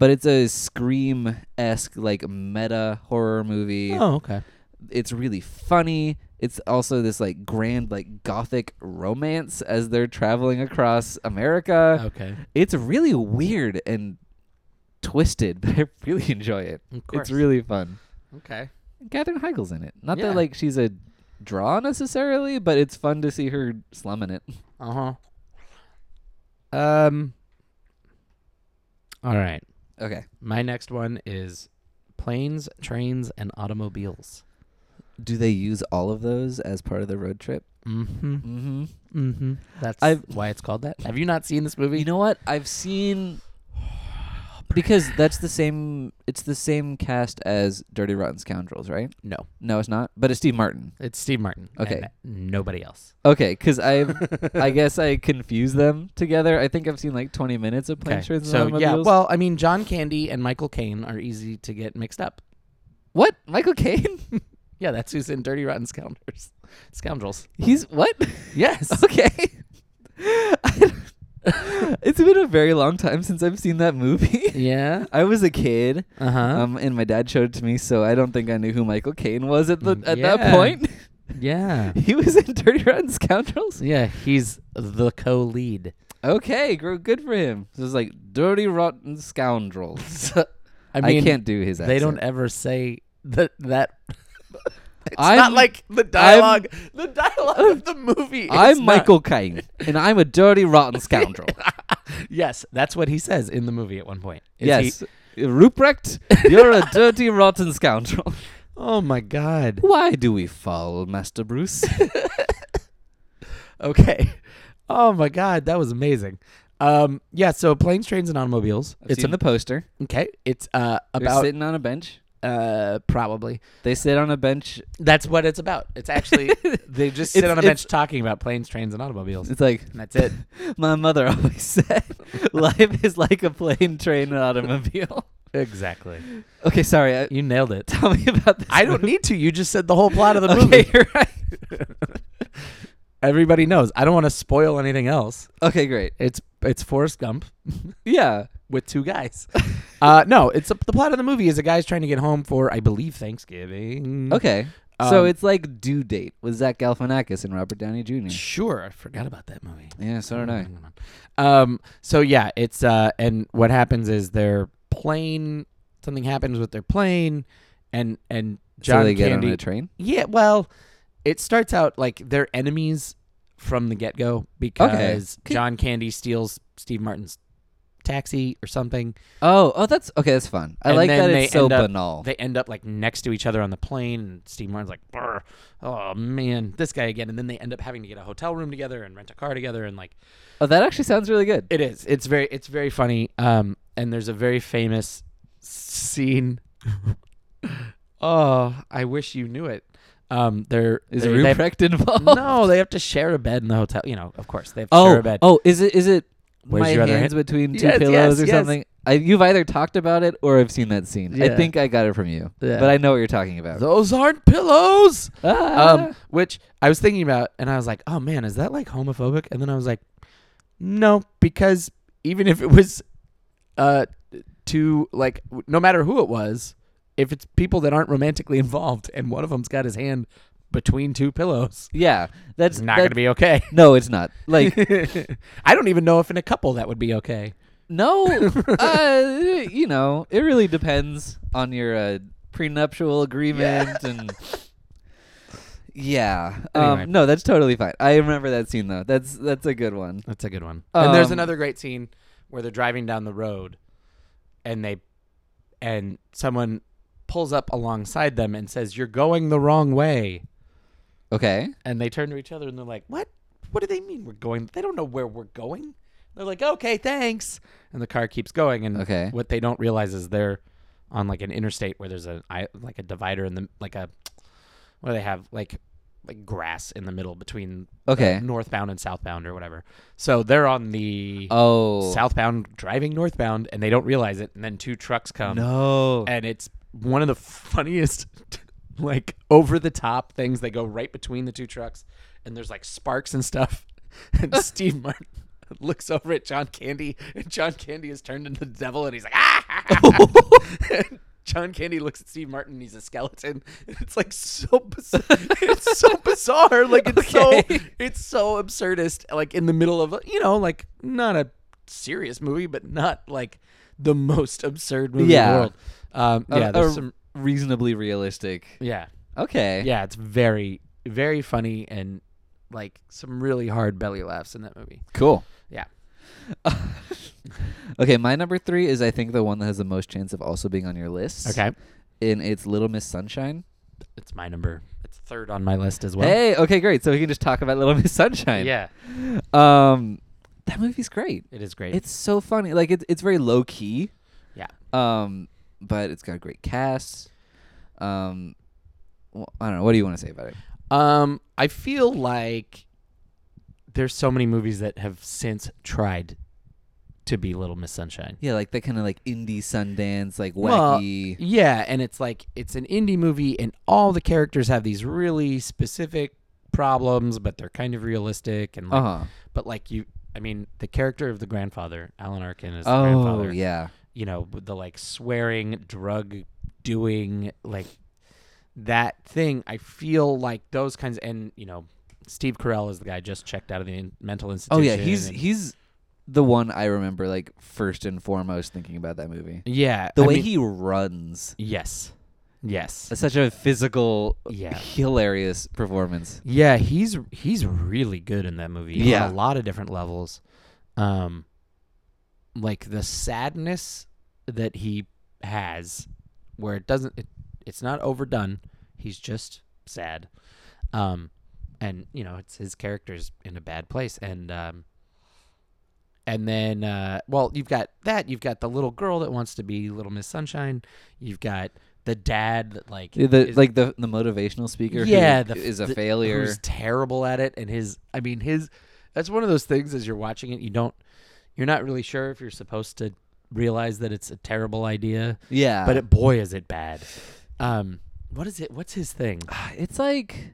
but it's a scream esque like meta horror movie.
Oh, okay.
It's really funny. It's also this like grand like gothic romance as they're traveling across America.
Okay.
It's really weird and twisted, *laughs* but I really enjoy it.
Of course.
It's really fun.
Okay.
Catherine Heigl's in it. Not
Yeah.
that like she's a draw necessarily, but it's fun to see her slumming it.
Uh huh. Um. All right.
Okay.
My next one is planes, trains, and automobiles.
Do they use all of those as part of the road trip?
Mm-hmm.
Mm-hmm.
Mm-hmm. That's
I've-
why it's called that. Have you not seen this movie?
You know what? I've *sighs* seen because that's the same. It's the same cast as Dirty Rotten Scoundrels, right?
no.
No, it's not. But it's Steve Martin.
It's Steve Martin.
Okay.
and nobody
*laughs*
else.
Okay, because I, I guess I confuse them together. I think I've seen like twenty minutes of Planes, Trains, and
So yeah.
Automobiles.
Well, I mean, John Candy and Michael Caine are easy to get mixed up.
what? Michael Caine? *laughs*
Yeah, that's who's in Dirty Rotten Scoundrels. Scoundrels.
He's what?
Yes.
*laughs* Okay. it's been a very long time since I've seen that
*laughs*
movie.
*laughs*
*laughs*
yeah.
I was a kid,
Uh huh.
um, and my dad showed it to me, so I don't think I knew who Michael Caine was at the
Mm,
at
yeah.
that point. *laughs*
yeah.
he was in Dirty Rotten Scoundrels.
Yeah. He's the co-lead.
Okay, gr- good for him. So it's like Dirty Rotten Scoundrels.
I
I,
mean,
can't do his.
they don't
accent.
ever say that. That *laughs* it's not
I'm-
like the dialog the dialogue of the movie. is
I'm
not-
Michael Caine, and I'm a dirty rotten scoundrel.
*laughs* yes, that's what he says in the movie at one point. *laughs* Is he-
yes, Ruprecht, you're
*laughs*
a dirty rotten scoundrel.
oh my god.
Why do we fall, Master Bruce?
Okay. *laughs* Oh my god, that was amazing. Um, yeah. So planes, trains, and automobiles.
I've
it's
seen the poster.
a, okay. It's uh
They're
about
sitting on a bench.
uh probably
They sit on a bench.
that's what it's about. It's *laughs* actually they just sit
It's-
on a
it's-
bench talking about planes, trains, and automobiles.
It's like
*laughs* And that's it.
my mother *laughs* always said,
*laughs*
life is like a plane, train, and automobile.
*laughs* exactly.
Okay, sorry. I,
You nailed it.
tell me about this.
*laughs* I don't need to. You just said the whole plot
*laughs*
of the
Okay,
movie.
you're right.
*laughs* Everybody knows. I don't want to spoil anything else.
Okay, great.
It's it's Forrest Gump
Yeah.
with two *laughs* guys. uh, no, it's the plot of the movie is a guy's trying to get home for I believe Thanksgiving.
Okay. so
Um,
it's like Due Date with Zach Galifianakis and Robert Downey Jr.
Sure, I forgot about that movie.
Yeah, so did I.
Um, so yeah, it's uh, and what happens is their plane. Something happens with their plane, and and John
so they get
Candy.
on a train.
yeah, well, it starts out like they're enemies from the get go because
Okay.
John Candy steals Steve Martin's taxi or something.
Oh, oh, that's okay. That's fun. I
And
like
then
that.
they
It's so
end up-
banal.
They end up like next to each other on the plane, and Steve Martin's like, "Brr, "Oh man, this guy again." And then they end up having to get a hotel room together and rent a car together, and like
oh, that actually sounds really good.
It is. It's very it's very funny. Um and there's a very famous scene. *laughs* oh, I wish you knew it. Um there
Is
they, they have-
Ruprecht involved?
No, they have to share a bed in the hotel, you know, of course. They have to share
Oh,
a bed.
oh, is it is it
Where's
my
your other
hands
hand?
between two
Yes,
pillows
yes,
or
yes.
something? I, you've either talked about it or I've seen that scene.
Yeah.
I think I got it from you,
Yeah.
but I know what you're talking about.
Those aren't pillows.
Ah.
Um
*laughs*
which I was thinking about and I was like, "Oh man, is that like homophobic?" And then I was like, "No, because even if it was uh to like w- no matter who it was, if it's people that aren't romantically *laughs* involved and one of them's got his hand between two pillows,
yeah, that's
it's not
that-
going to be okay. *laughs*
No, it's not. Like
I don't even know if in a couple that would be okay. *laughs*
no, uh, you know, it really depends on your uh, prenuptial agreement and. *laughs* Yeah.
Anyway.
Um, no, that's totally fine. I remember that scene though. That's that's a good one.
That's a good one. and there's
Um,
another great scene where they're driving down the road and they and someone pulls up alongside them and says, "You're going the wrong way."
Okay.
And they turn to each other and they're like, "What? What do they mean we're going? They don't know where we're going. They're like, okay, thanks. And the car keeps going. And
Okay.
what they don't realize is they're on like an interstate where there's a I like a divider in the like a what do they have like like grass in the middle between the
Okay.
northbound and southbound or whatever. So they're on the
Oh.
southbound driving northbound and they don't realize it. And then two trucks come
no.
and it's one of the funniest *laughs* like over the top things they go right between the two trucks and there's like sparks and stuff *laughs* and steve martin *laughs* looks over at john candy and john candy is turned into the devil and he's like ah And John Candy looks at Steve Martin and he's a skeleton. *laughs* It's like so bizarre. it's so bizarre. Like it's so
Okay.
it's so absurdist. Like in the middle of you know, like not a serious movie, but not like the most absurd movie in
Yeah.
the world. Um,
A-
yeah,
a
there's some.
reasonably realistic.
Yeah,
Okay.
yeah, it's very, very funny and like some really hard belly laughs in that movie.
Cool.
Yeah.
*laughs* Okay, my number three is I think the one that has the most chance of also being on your list. And it's Little Miss Sunshine.
it's my number. It's third on my list as well.
Hey, okay, great. So we can just talk about Little Miss Sunshine.
Yeah,
Um that movie's great.
it is great.
It's so funny. Like it's it's very low key.
yeah,
Um, but it's got a great cast. Um well, I don't know. What do you want to say about it?
Um, I feel like there's so many movies that have since tried to be Little Miss Sunshine.
Yeah, like that kind of like indie Sundance, like
Well,
wacky.
yeah, and it's like it's an indie movie, and all the characters have these really specific problems, but they're kind of realistic. And like,
uh huh.
but like you, I mean, the character of the grandfather, Alan Arkin, is the
Oh
grandfather.
yeah.
You know, with the like swearing, drug doing, like that thing. I feel like those kinds, and you know, Steve Carell is the guy just checked out of the in- mental
Oh
institution.
yeah. He's
and-
he's the one I remember like first and foremost thinking about that movie.
yeah.
The
I
way
mean-
he runs.
yes, yes,
It's such a physical,
Yeah.
hilarious performance.
Yeah, he's he's really good in that movie.
Yeah.
on a lot of different levels. Um, like the sadness that he has, where it doesn't, it, it's not overdone. He's just sad. Um, and you know, it's his character's in a bad place, and um, and then uh, well, you've got that. You've got the little girl that wants to be Little Miss Sunshine. You've got the dad that like
The,
is-
like the the motivational speaker
yeah,
who
the f-
is a
the-
failure.
Who's terrible at it, and his. I mean, his. That's one of those things as you're watching it, you don't. You're not really sure if you're supposed to realize that it's a terrible idea,
yeah.
but it, boy, is it bad. Um, what is it? What's his thing?
*sighs* it's like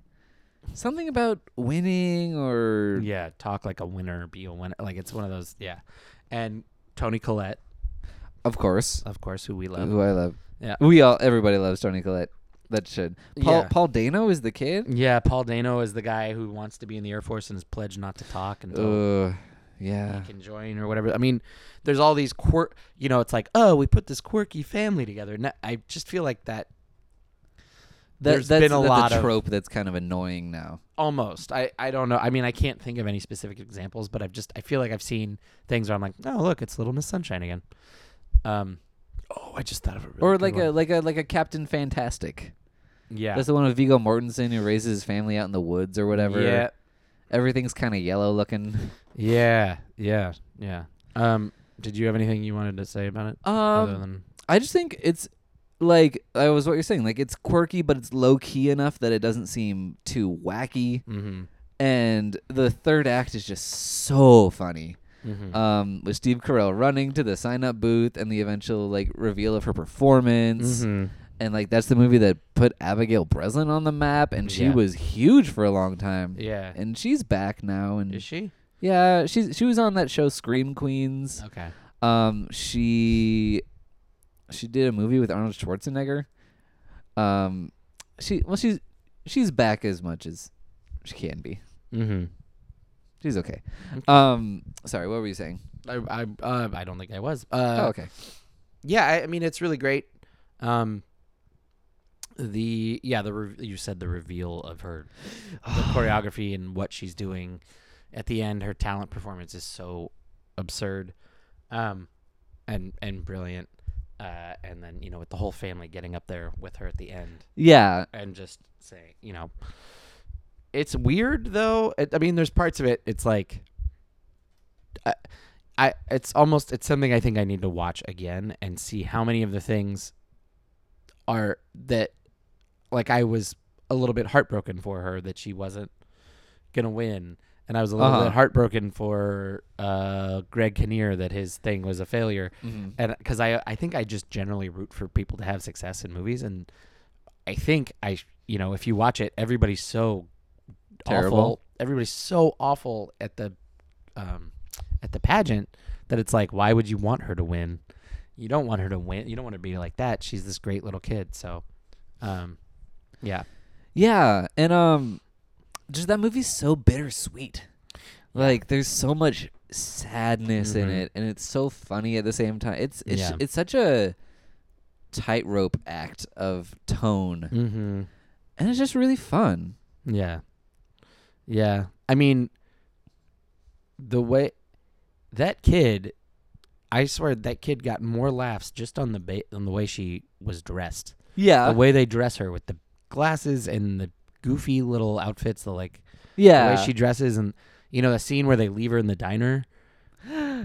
something about winning or
Yeah, talk like a winner, be a winner. Like it's one of those. Yeah, and Tony Collette,
of course
of course, who we love.
who I love.
Uh-huh. Yeah.
We all everybody loves Tony Collette. That should. Paul
Yeah.
Paul Dano is the kid?
Yeah, Paul Dano is the guy who wants to be in the Air Force and is pledged not to talk until
Ugh. yeah.
he can join or whatever. I mean, there's all these quirk. You know, it's like, oh, we put this quirky family together. And I just feel like that
That,
There's
has that's,
been a
that's
lot
a
of-
trope that's kind of annoying now.
almost. I I don't know. I mean, I can't think of any specific examples, but I've just I feel like I've seen things where I'm like, oh, look, it's Little Miss Sunshine again. Um, oh, I just thought of it. Really
Or
good
like
one.
a like a like a Captain Fantastic.
yeah.
That's the one with Vigo Mortensen who raises his family out in the woods or whatever.
Yeah,
Everything's kind of yellow looking.
yeah, yeah, yeah. Um, did you have anything you wanted to say about it? *laughs* other than
Um, I just think it's like I was what you're saying. Like it's quirky, but it's low key enough that it doesn't seem too wacky.
mm-hmm,
And the third act is just so funny.
mm-hmm.
Um, with Steve Carell running to the sign up booth and the eventual like reveal of her
Mm-hmm.
performance.
Um,
And like that's the movie that put Abigail Breslin on the map, and she
Yeah.
was huge for a long time.
Yeah.
And she's back now, and
Is she
yeah, she's she was on that show Scream Queens.
okay?
Um, she she did a movie with Arnold Schwarzenegger. Um, she well she's she's back as much as she can be.
Mm-hmm.
She's okay. Um, sorry, what were you saying?
I I uh, I don't think I was. Uh,
oh, okay.
yeah, I, I mean it's really great. Um, the yeah, the re- you said the reveal of her
*sighs*
the choreography and what she's doing at the end. Her talent performance is so absurd, um, and and brilliant. Uh, and then you know with the whole family getting up there with her at the end
Yeah,
and just saying you know, it's weird though. It, I mean, there's parts of it. It's like. Uh, I it's almost it's something I think I need to watch again and see how many of the things are that like I was a little bit heartbroken for her that she wasn't gonna win. And I was a little
Uh-huh.
bit heartbroken for uh, Greg Kinnear that his thing was a failure, and because I I think I just generally root for people to have success in movies, and I think I you know if you watch it, everybody's so
Terrible.
awful. Everybody's so awful at the um, at the pageant that it's like, why would you want her to win? You don't want her to win. You don't want her to be like that. She's this great little kid. So, um, yeah,
Yeah, and um, just that movie's so bittersweet. Like, there's so much sadness in
Mhm.
it, and it's so funny at the same time. It's it's
Yeah.
it's such a tightrope act of tone,
mm-hmm.
and it's just really fun.
yeah, yeah. I mean, the way that kid, I swear that kid got more laughs just on the ba- on the way she was dressed.
Yeah,
the way they dress her with the glasses and the goofy little outfits, the like
yeah.
the way she dresses, and you know the scene where they leave her in the diner,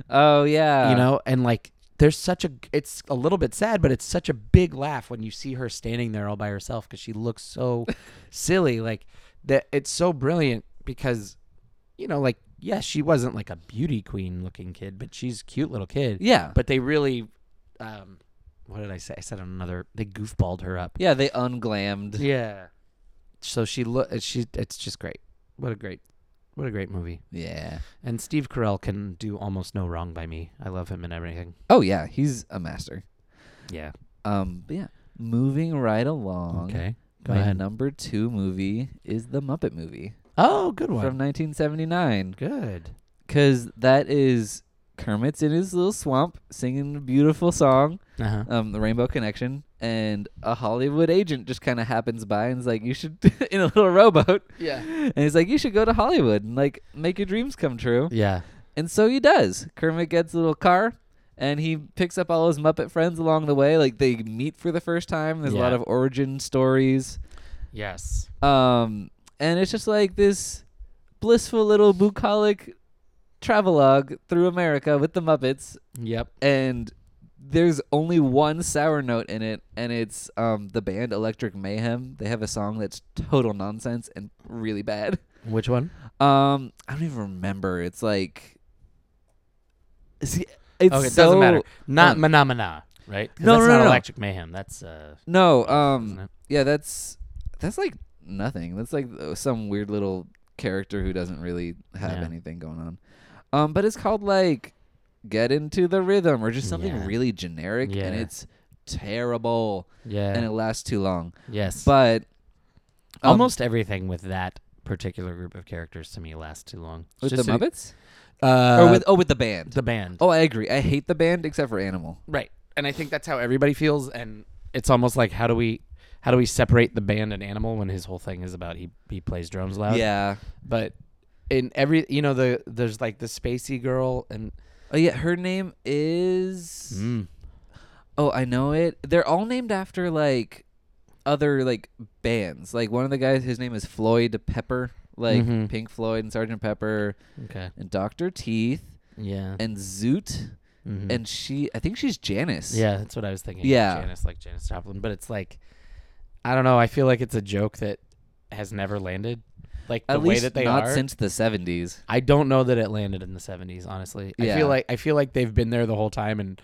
oh yeah,
you know, and like there's such a it's a little bit sad, but it's such a big laugh when you see her standing there all by herself because she looks so silly, like that. It's so brilliant because you know, like yes, she wasn't like a beauty queen looking kid, but she's a cute little kid.
yeah,
But they really, um, what did I say? I said another. They goofballed her up.
yeah. They unglammed.
Yeah. *laughs* So she look she it's just great. What a great what a great movie.
Yeah.
And Steve Carell can do almost no wrong by me. I love him and everything.
Oh yeah, he's a master.
Yeah.
Um, but yeah, moving right along.
Okay. Go
my
ahead.
number two movie is the Muppet movie
Oh, good one.
from 1979.
good.
because that is Kermit's in his little swamp singing a beautiful song,
Uh-huh.
um, the Rainbow Connection, and a Hollywood agent just kind of happens by and is like, "You should," *laughs* in a little rowboat,
Yeah.
and he's like, "You should go to Hollywood and like make your dreams come true."
Yeah.
And so he does. Kermit gets a little car. And he picks up all his Muppet friends along the way. Like they meet for the first time. There's a lot
Yeah.
of origin stories.
Yes.
Um, and it's just like this blissful little bucolic travelogue through America with the Muppets,
Yep.
and there's only one sour note in it, and it's um the band Electric Mayhem. They have a song that's total nonsense and really bad.
Which one?
Um, I don't even remember. It's like, see, it's
okay, it
so,
doesn't matter. Not
um,
Manamana, right? 'Cause
no,
that's
no,
not
no, no.
Electric Mayhem. That's uh
No,
isn't
um,
it?
yeah, that's that's like nothing. That's like uh, some weird little character who doesn't really have
Yeah.
anything going on. Um, but it's called like "Get Into the Rhythm" or just something
Yeah.
really generic,
Yeah.
and it's terrible,
Yeah.
and it lasts too long.
yes.
But um,
almost everything with that particular group of characters to me lasts too long. It's
with the
just a-
Muppets
Uh,
or with oh with the band.
the band.
oh, I agree. I hate the band except for Animal.
Right. And I think that's how everybody feels and it's almost like how do we how do we separate the band and animal when his whole thing is about he he plays drums loud?
yeah.
But in every you know, the there's like the spacey girl and
Oh yeah, her name
Hmm?
is.
Mm,
Oh, I know it. They're all named after like other like bands. Like one of the guys, his name is Floyd Pepper, like
Mhm.
Pink Floyd and Sergeant Pepper
Okay.
and Doctor Teeth
Yeah.
and Zoot.
Mhm.
And she, I think she's Janice.
Yeah, that's what I was thinking.
Yeah.
Janice like Janice Joplin. But it's like I don't know, I feel like it's a joke that has never landed. Like the
At
way
least
that they
not
are.
since the seventies.
I don't know that it landed in the 70s, honestly. I
Yeah.
feel like I feel like they've been there the whole time and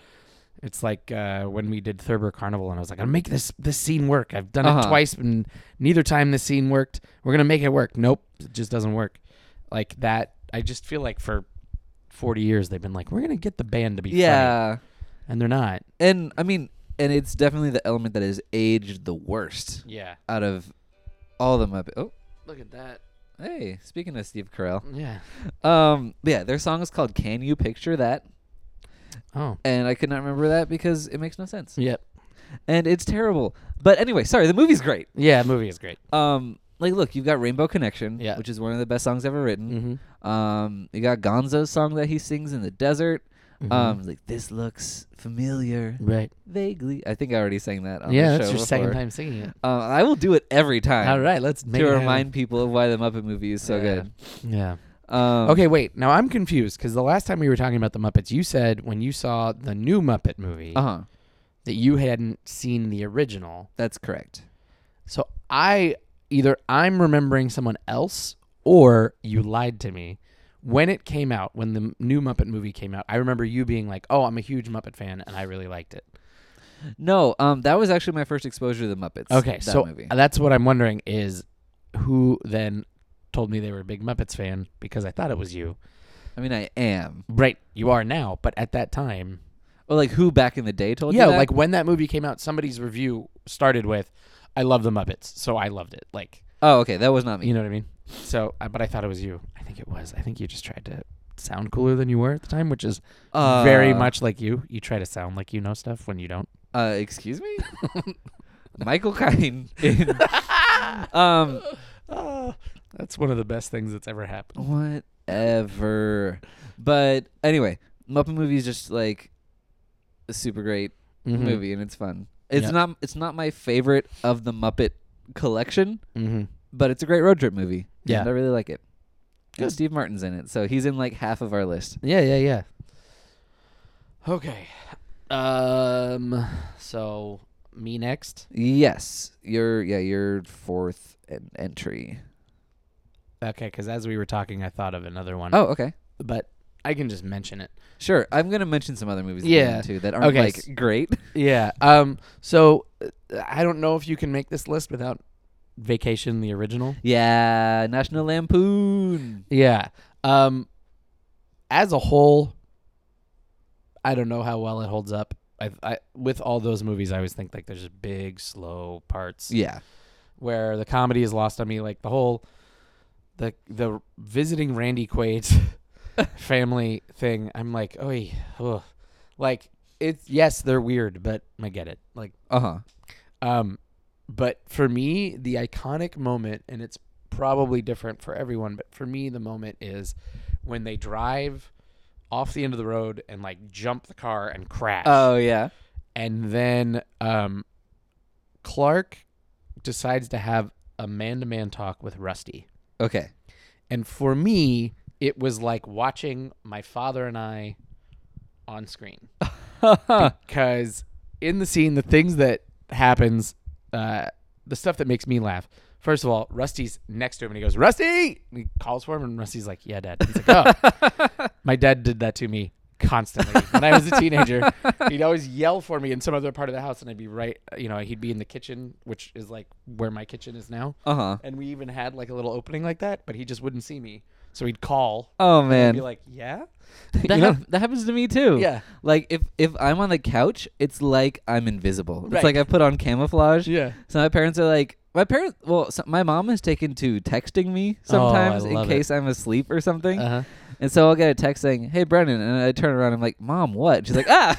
it's like uh, when we did Thurber Carnival and I was like, "I'm make this this scene work. I've done
Uh-huh.
it twice and neither time this scene worked. We're going to make it work." Nope, it just doesn't work. Like that I just feel like for 40 years they've been like, "We're going to get the band to be funny."
Yeah,
And they're not.
and I mean, and it's definitely the element that is aged the worst
Yeah.
out of all the Muppet. Oh,
Look at that.
hey, speaking of Steve Carell,
Yeah.
um, yeah, their song is called "Can You Picture That,"
Oh.
and I could not remember that because it makes no sense.
Yep.
and it's terrible. But anyway, sorry, the movie's great.
Yeah, movie is great.
Um, like look, you've got Rainbow Connection,
Yeah.
which is one of the best songs ever written.
Mhm.
Um, you got Gonzo's song that he sings in the desert.
Mm-hmm.
Um, like this looks familiar,
Right.
vaguely. I think I already sang that. On
Mm. yeah,
the
that's
show
your second
before.
time singing it.
Uh, I will do it every time
All right, let's make
to
it happen.
remind people of why the Muppet movie is so
Yeah.
good.
Yeah.
Um,
Okay, wait. Now I'm confused because the last time we were talking about the Muppets, you said when you saw the new Muppet movie
Uh huh.
that you hadn't seen the original.
That's correct.
So I either I'm remembering someone else or you lied to me. When it came out, when the m- new Muppet movie came out, I remember you being like, "Oh, I'm a huge Muppet fan and I really liked it."
No, um, that was actually my first exposure to the Muppets.
Okay,
that
so
movie.
that's what I'm wondering is who then told me they were a big Muppets fan because I thought it was you.
I mean, I am.
Right, you are now, but at that time,
Well, like who back in the day told
yeah,
you that?
like when that movie came out, somebody's review started with, "I love the Muppets," so I loved it. Like,
oh, okay, that was not me.
you know what I mean? So, I- but I thought it was you. I think it was. I think you just tried to sound cooler than you were at the time, which is very
Uh,
much like you. You try to sound like you know stuff when you don't.
Uh, excuse
*laughs*
me, Michael Caine. in- um,
Oh, that's one of the best things that's ever happened.
whatever. But anyway, Muppet movie is just like a super great
Mm-hmm.
movie, and it's fun. It's
Yep.
not. It's not my favorite of the Muppet collection,
Mm-hmm.
but it's a great road trip movie.
Yeah.
and I really like it. And
Good.
Steve Martin's in it, so he's in like half of our list.
Yeah, yeah, yeah. Okay. Um. So me next.
Yes, your yeah your fourth en- entry.
Okay, because as we were talking, I thought of another one.
*clears throat* Oh, okay,
but I can just mention it.
sure. I'm gonna mention some other movies. at the
Yeah.
end, too that aren't
Okay, s-
like great. *laughs*
Yeah. Um. So uh, I don't know if you can make this list without Vacation, the original.
Yeah, National Lampoon.
Yeah. Um. As a whole, I don't know how well it holds up. I, I with all those movies, I always think like there's just big slow parts.
Yeah,
where the comedy is lost on me. Like the whole the the visiting Randy Quaid family thing. I'm like, oh, like it's yes, they're weird, but I get it. Like,
uh huh.
um, but for me, the iconic moment, and it's probably different for everyone, but for me, the moment is when they drive off the end of the road and like jump the car and crash
Oh yeah.
and then um, Clark decides to have a man-to-man talk with Rusty.
Okay.
And for me, it was like watching my father and I on screen because in the scene, the things that happens, uh, the stuff that makes me laugh. First of all, Rusty's next to him and he goes, "Rusty!" And he calls for him, and Rusty's like, "Yeah, Dad." He's like, "Oh, my dad did that to me constantly when I was a teenager. He'd always yell for me in some other part of the house, and I'd be right, you know, he'd be in the kitchen, which is like where my kitchen is now.
Uh huh.
And we even had like a little opening like that, but he just wouldn't see me, so he'd call.
Oh
and I'd
man, *laughs*
be like, "Yeah, *laughs*
that,
You know?
hap- that happens to me too.
Yeah.
Like if if I'm on the couch, it's like I'm invisible.
Right.
It's like I put on camouflage.
yeah."
So my parents are like, my parents. Well, so my mom is taken to texting me
Oh, I
sometimes in
love it.
case I'm asleep or something.
Uh-huh.
And so I'll get a text saying, "Hey, Brennan," and I turn around. I'm like, "Mom, what?" She's like, "Ah."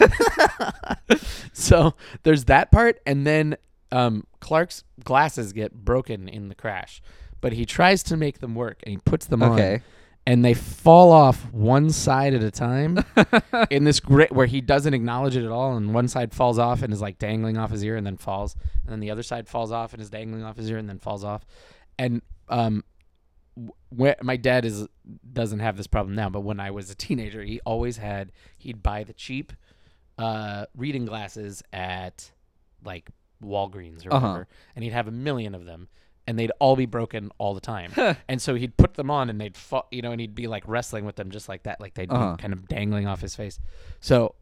So there's that part, and then um, Clark's glasses get broken in the crash, but he tries to make them work, and he puts them on,
Okay.
and they fall off one side at a time in this grit where he doesn't acknowledge it at all, and one side falls off and is like dangling off his ear, and then falls, and then the other side falls off and is dangling off his ear, and then falls off, and um, when my dad is doesn't have this problem now, but when I was a teenager, he always had he'd buy the cheap uh, reading glasses at like Walgreens or
Uh-huh.
whatever, and he'd have a million of them, and they'd all be broken all
*laughs*
the time. and so he'd put them on, and they'd fall, you know, and he'd be like wrestling with them just like that, like they'd
Uh-huh.
be kind of dangling off his face. So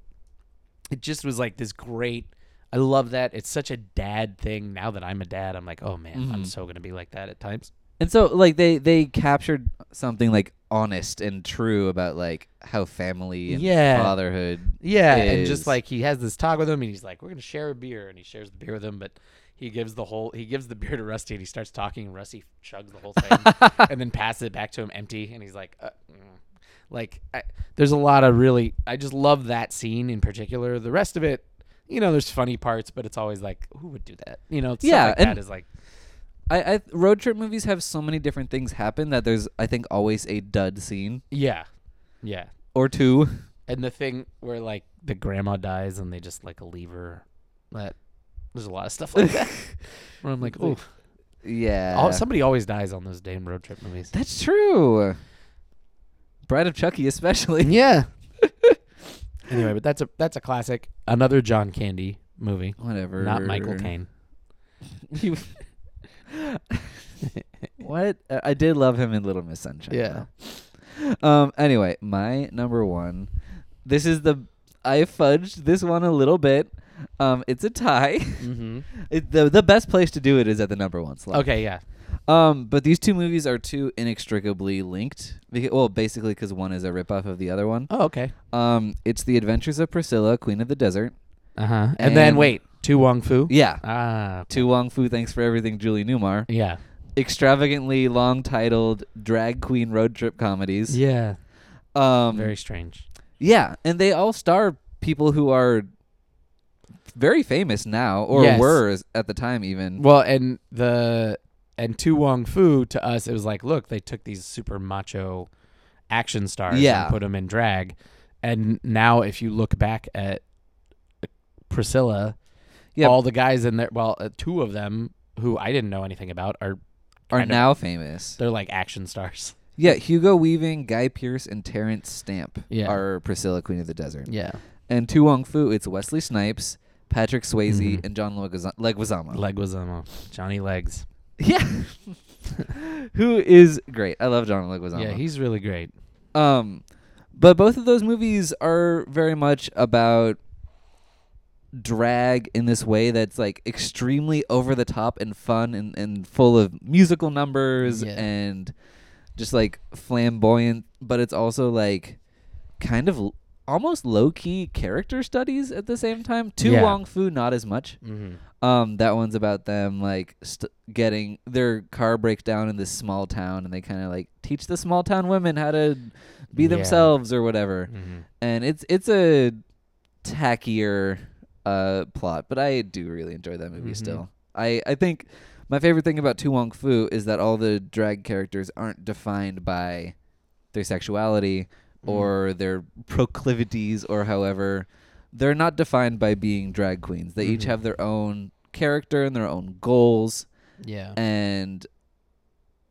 it just was like this great. I love that. It's such a dad thing. Now that I'm a dad, I'm like, oh man, I'm
Mhm.
so gonna be like that at times.
And so like they they captured something like honest and true about like how family and
Yeah.
fatherhood.
Yeah, and just
is-
like he has this talk with him, and he's like, "We're gonna share a beer," and he shares the beer with him, but he gives the whole he gives the beer to Rusty, and he starts talking, and Rusty chugs the whole thing,
*laughs*
and then passes it back to him empty, and he's like, uh, mm. "Like, I, there's a lot of really, I just love that scene in particular. The rest of it, you know, there's funny parts, but it's always like, who would do that? You know, stuff
Yeah,
like
and-
that is like,
I, I road trip movies have so many different things happen that there's I think always a dud scene
yeah, yeah,
or two.
and the thing where like the grandma dies and they just like leave her, that there's a lot of stuff
*laughs*
like that. Where I'm like, oh,
Yeah. *laughs*
Al somebody always dies on those damn road trip movies.
That's true. Bride of Chucky, especially.
Yeah. *laughs* anyway, but that's a that's a classic. Another John Candy movie,
*laughs* Whatever.
not Michael Caine. *laughs*
You- what? Uh, I did love him in Little Miss Sunshine.
Yeah.
though. Um. Anyway, my number one. This is the I fudged this one a little bit. Um. It's a
*laughs*
tie.
Mm-hmm.
It, the the best place to do it is at the number one slot.
Okay, yeah.
Um. But these two movies are too inextricably linked. Because, well, basically because one is a ripoff of the other one.
Oh, okay.
Um. It's the Adventures of Priscilla, Queen of the Desert.
Uh huh. And, then
And-
wait, Tu Wong Fu.
Yeah.
Ah. okay.
To Wong Fu, thanks for everything, Julie Newmar.
Yeah.
extravagantly long titled drag queen road trip comedies.
Yeah.
Um,
Very strange.
yeah, and they all star people who are very famous now, or
Yes.
were as- at the time even.
Well, and the and Tu Wong Fu to us, it was like, look, they took these super macho action stars
Yeah.
and put them in drag, and now if you look back at Priscilla,
Yeah.
all the guys in there, well, uh, two of them who I didn't know anything about are
are
kind of-
now famous.
they're like action stars.
Yeah, Hugo Weaving, Guy Pearce, and Terrence Stamp
Yeah.
are Priscilla, Queen of the Desert.
Yeah,
And Tu Wong Fu, it's Wesley Snipes, Patrick Swayze,
Mhm.
and John Leguiza- Leguizamo.
Leguizamo, Johnny Legs.
*laughs* yeah. *laughs* who is great. I love John Leguizamo.
Yeah, he's really great.
Um, but both of those movies are very much about drag in this way that's like extremely over the top and fun and, and full of musical numbers
Yeah.
and just like flamboyant, but it's also like kind of l- almost low key character studies at the same time. Tu
Yeah.
Wong Fu, not as much.
Mm-hmm.
Um, that one's about them like st- getting their car breaks down in this small town, and they kind of like teach the small town women how to be
Yeah.
themselves or whatever.
Mm-hmm.
And it's it's a tackier uh plot, but I do really enjoy that movie
Mhm.
still. I I think my favorite thing about Tu Wong Fu is that all the drag characters aren't defined by their sexuality or their proclivities or however they're not defined by being drag queens. They each
Mhm.
have their own character and their own goals
Yeah.
and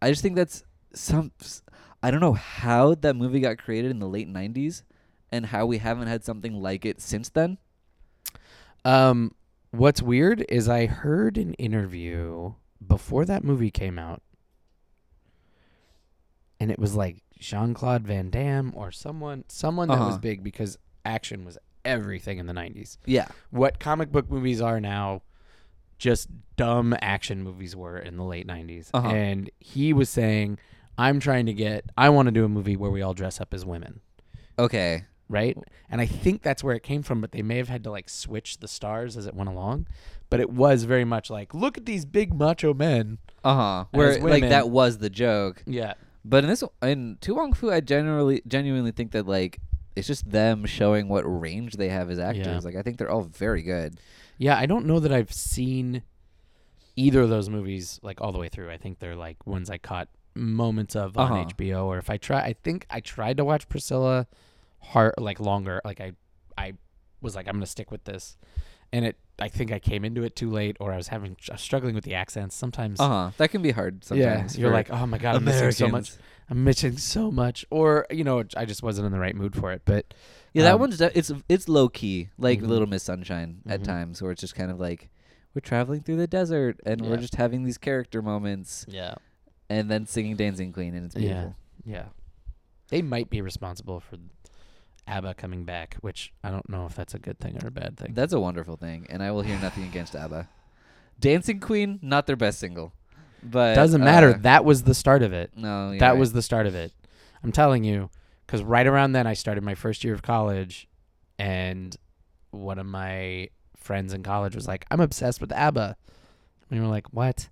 I just think that's some s- I don't know how that movie got created in the late 90s and how we haven't had something like it since then.
Um, what's weird is I heard an interview before that movie came out, and it was like Jean Claude Van Damme or someone, someone that was
Uh-huh.
big because action was everything in the '90s.
Yeah.
What comic book movies are now, just dumb action movies were in the late '90s,
Uh-huh.
and he was saying, "I'm trying to get, I want to do a movie where we all dress up as women."
Okay.
right? And I think that's where it came from, but they may have had to like switch the stars as it went along. But it was very much like, look at these big macho men.
Uh-huh.
As
Where like
women-
that was the joke.
Yeah.
But in this in Tu Wong Fu I generally genuinely think that like it's just them showing what range they have as actors.
Yeah.
Like I think they're all very good.
Yeah, I don't know that I've seen either of those movies like all the way through. I think they're like ones I caught moments of
Uh-huh.
on HBO or if I try I think I tried to watch Priscilla hard like longer. Like I I was like I'm going to stick with this. And it I think I came into it too late or I was having I was struggling with the accents sometimes.
Uh-huh. That can be hard sometimes.
yeah, you're
for
like, "Oh my god, I'm missing
Americans.
so much." I'm missing so much, or you know, I just wasn't in the right mood for it. But
Yeah, that
Um,
one's de- it's it's low key, like
Mhm.
Little Miss Sunshine at
Mhm.
times, where it's just kind of like we're traveling through the desert and we're
Yeah.
just having these character moments,
yeah,
and then singing "Dancing Queen" and it's
Yeah.
beautiful.
yeah, they might be responsible for ABBA coming back, which I don't know if that's a good thing or a bad thing.
That's a wonderful thing, and I will hear
*sighs*
nothing against ABBA. "Dancing Queen" not their best single, but
Doesn't matter.
uh,
that was the start of it.
no, you're
that
right.
was the start of it. I'm telling you, because right around then I started my first year of college, and one of my friends in college was like, "I'm obsessed with ABBA," and we were like, "What?"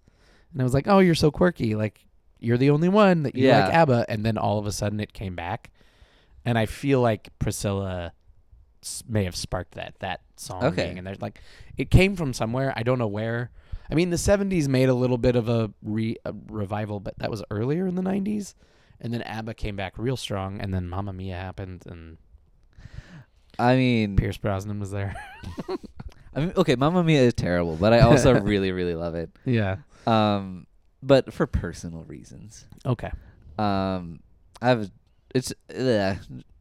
And I was like, "Oh, you're so quirky. Like, you're the only one that you like
Yeah.
ABBA." And then all of a sudden, it came back, and I feel like Priscilla s- may have sparked that that song.
Okay.
being in there. like it came from somewhere. I don't know where. I mean, the '70s made a little bit of a, re- a revival, but that was earlier in the '90s. And then ABBA came back real strong, and then Mamma Mia happened, and
I mean,
Pierce Brosnan was there. *laughs*
I mean, okay, Mamma Mia is terrible, but I
*laughs*
also really, really love it.
Yeah.
Um, but for personal reasons.
Okay.
Um, I have it's ugh.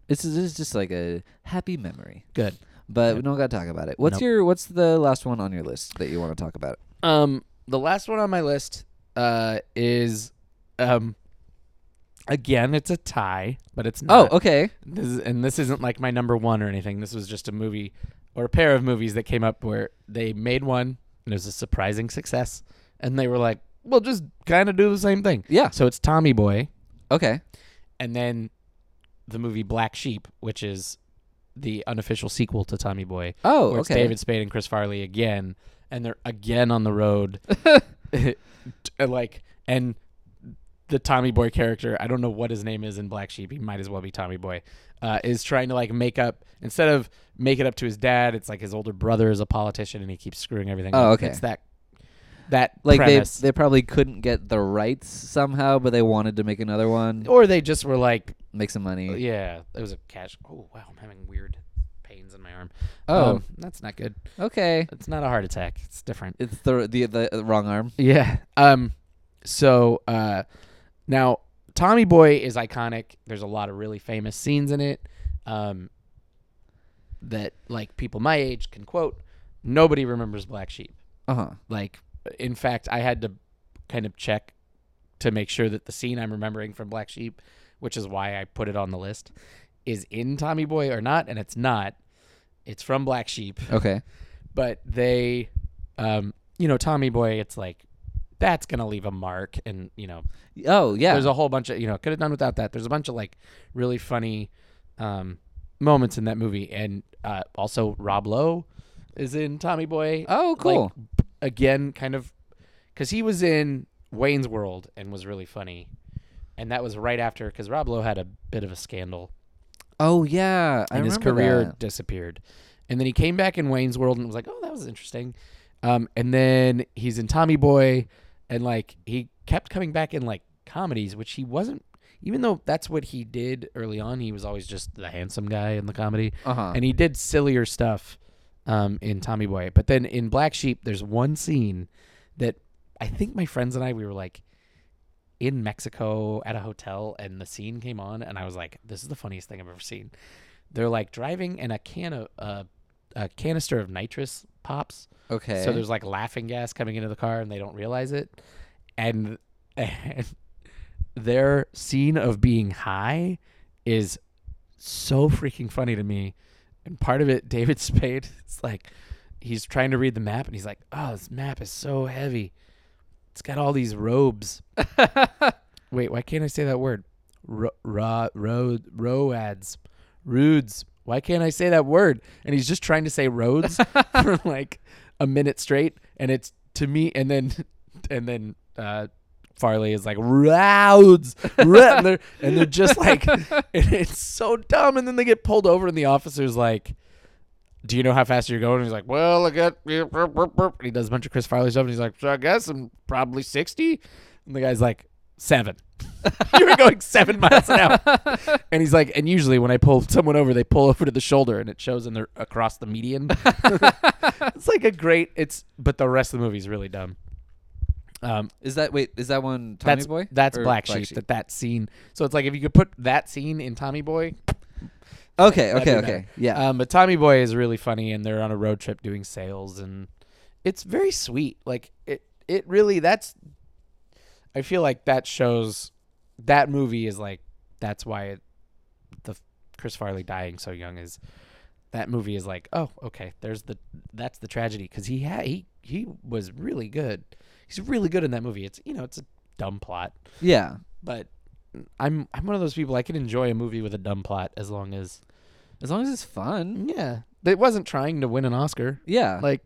it's it's just like a happy memory.
Good.
But we don't got to talk about it. What's
Nope.
your what's the last one on your list that you want to talk about?
Um, the last one on my list uh, is, um, again, it's a tie, but it's
Oh,
not.
okay.
This is, and this isn't like my number one or anything. This was just a movie or a pair of movies that came up where they made one and it was a surprising success, and they were like, "We'll just kind of do the same thing."
Yeah.
So it's Tommy Boy,
Okay.
and then the movie Black Sheep, which is the unofficial sequel to Tommy Boy,
Oh,
where it's
okay.
David Spade and Chris Farley again, and they're again on
*laughs*
the road, *laughs* T- like and the Tommy Boy character, I don't know what his name is in Black Sheep. He might as well be Tommy Boy. Uh, is trying to like make up instead of make it up to his dad. It's like his older brother is a politician and he keeps screwing everything.
Oh,
up.
okay.
It's that that
Like
premise.
they they probably couldn't get the rights somehow, but they wanted to make another one,
or they just were like,
make some
Oh,
money.
yeah, it was a cash. Oh wow, I'm having weird pains in my arm.
Oh.
Um, that's not good.
Okay.
It's not a heart attack. It's different.
It's the the the the wrong arm.
Yeah. Um. So uh, now Tommy Boy is iconic. There's a lot of really famous scenes in it, um, that like people my age can quote. Nobody remembers Black Sheep.
Uh-huh.
Like, in fact, I had to kind of check to make sure that the scene I'm remembering from Black Sheep, which is why I put it on the list, is in Tommy Boy or not, and it's not. It's from Black Sheep
Okay.
but they um you know tommy boy it's like that's gonna leave a mark and you know
Oh, yeah.
there's a whole bunch of you know could have done without that there's a bunch of like really funny um moments in that movie and uh also rob lowe is in tommy boy
oh, cool.
like, again kind of because he was in wayne's world and was really funny and that was right after because rob lowe had a bit of a scandal
oh, yeah. I
and his
remember
career
that.
disappeared. And then he came back in Wayne's World and was like, "Oh, that was interesting." Um, and then he's in Tommy Boy, and like he kept coming back in like comedies, which he wasn't. Even though that's what he did early on, he was always just the handsome guy in the comedy,
Uh-huh.
and he did sillier stuff um, in Tommy Boy. But then in Black Sheep, there's one scene that I think my friends and I we were like in Mexico at a hotel, and the scene came on, and I was like, "This is the funniest thing I've ever seen." They're like driving, and a can of uh, a canister of nitrous pops,
okay.
so there's like laughing gas coming into the car, and they don't realize it, and *laughs* and their scene of being high is so freaking funny to me, and part of it, *laughs* David Spade, it's like he's trying to read the map, and he's like, "Oh, this map is so heavy. It's got all these robes." Wait, why can't I say that word? Ro- ra- road roads, rudes. Why can't I say that word? And he's just trying to say roads for like a minute straight, and it's to me. And then, *laughs* and then uh, Farley is like roads, ra-" and, they're, and they're just like, and it's so dumb. And then they get pulled over, and the officer's like, do you know how fast you're going? And he's like, well, I got, and he does a bunch of Chris Farley stuff. And he's like, so I guess I'm probably 60. And the guy's like, seven. *laughs* you were going seven miles an hour. And he's like, and usually when I pull someone over, they pull over to the shoulder and it shows in their across the median. it's like a great, it's, but the rest of the movie's really dumb. Um,
is that wait, is that one Tommy
that's,
Boy?
That's
Or
Black, Sheep, That that scene. So it's like if you could put that scene in Tommy Boy.
Okay,
that'd
okay,
be
okay.
better.
Yeah.
Um, but Tommy Boy is really funny, and they're on a road trip doing sales, and it's very sweet. Like it, it really that's. I feel like that shows, that movie is like that's why it, the Chris Farley dying so young is. That movie is like, oh, okay. There's the that's the tragedy because he ha- he he was really good. He's really good in that movie. It's you know it's a dumb plot,
yeah.
but I'm I'm one of those people I can enjoy a movie with a dumb plot as long as
As long as it's fun.
yeah it wasn't trying to win an Oscar
Yeah.
like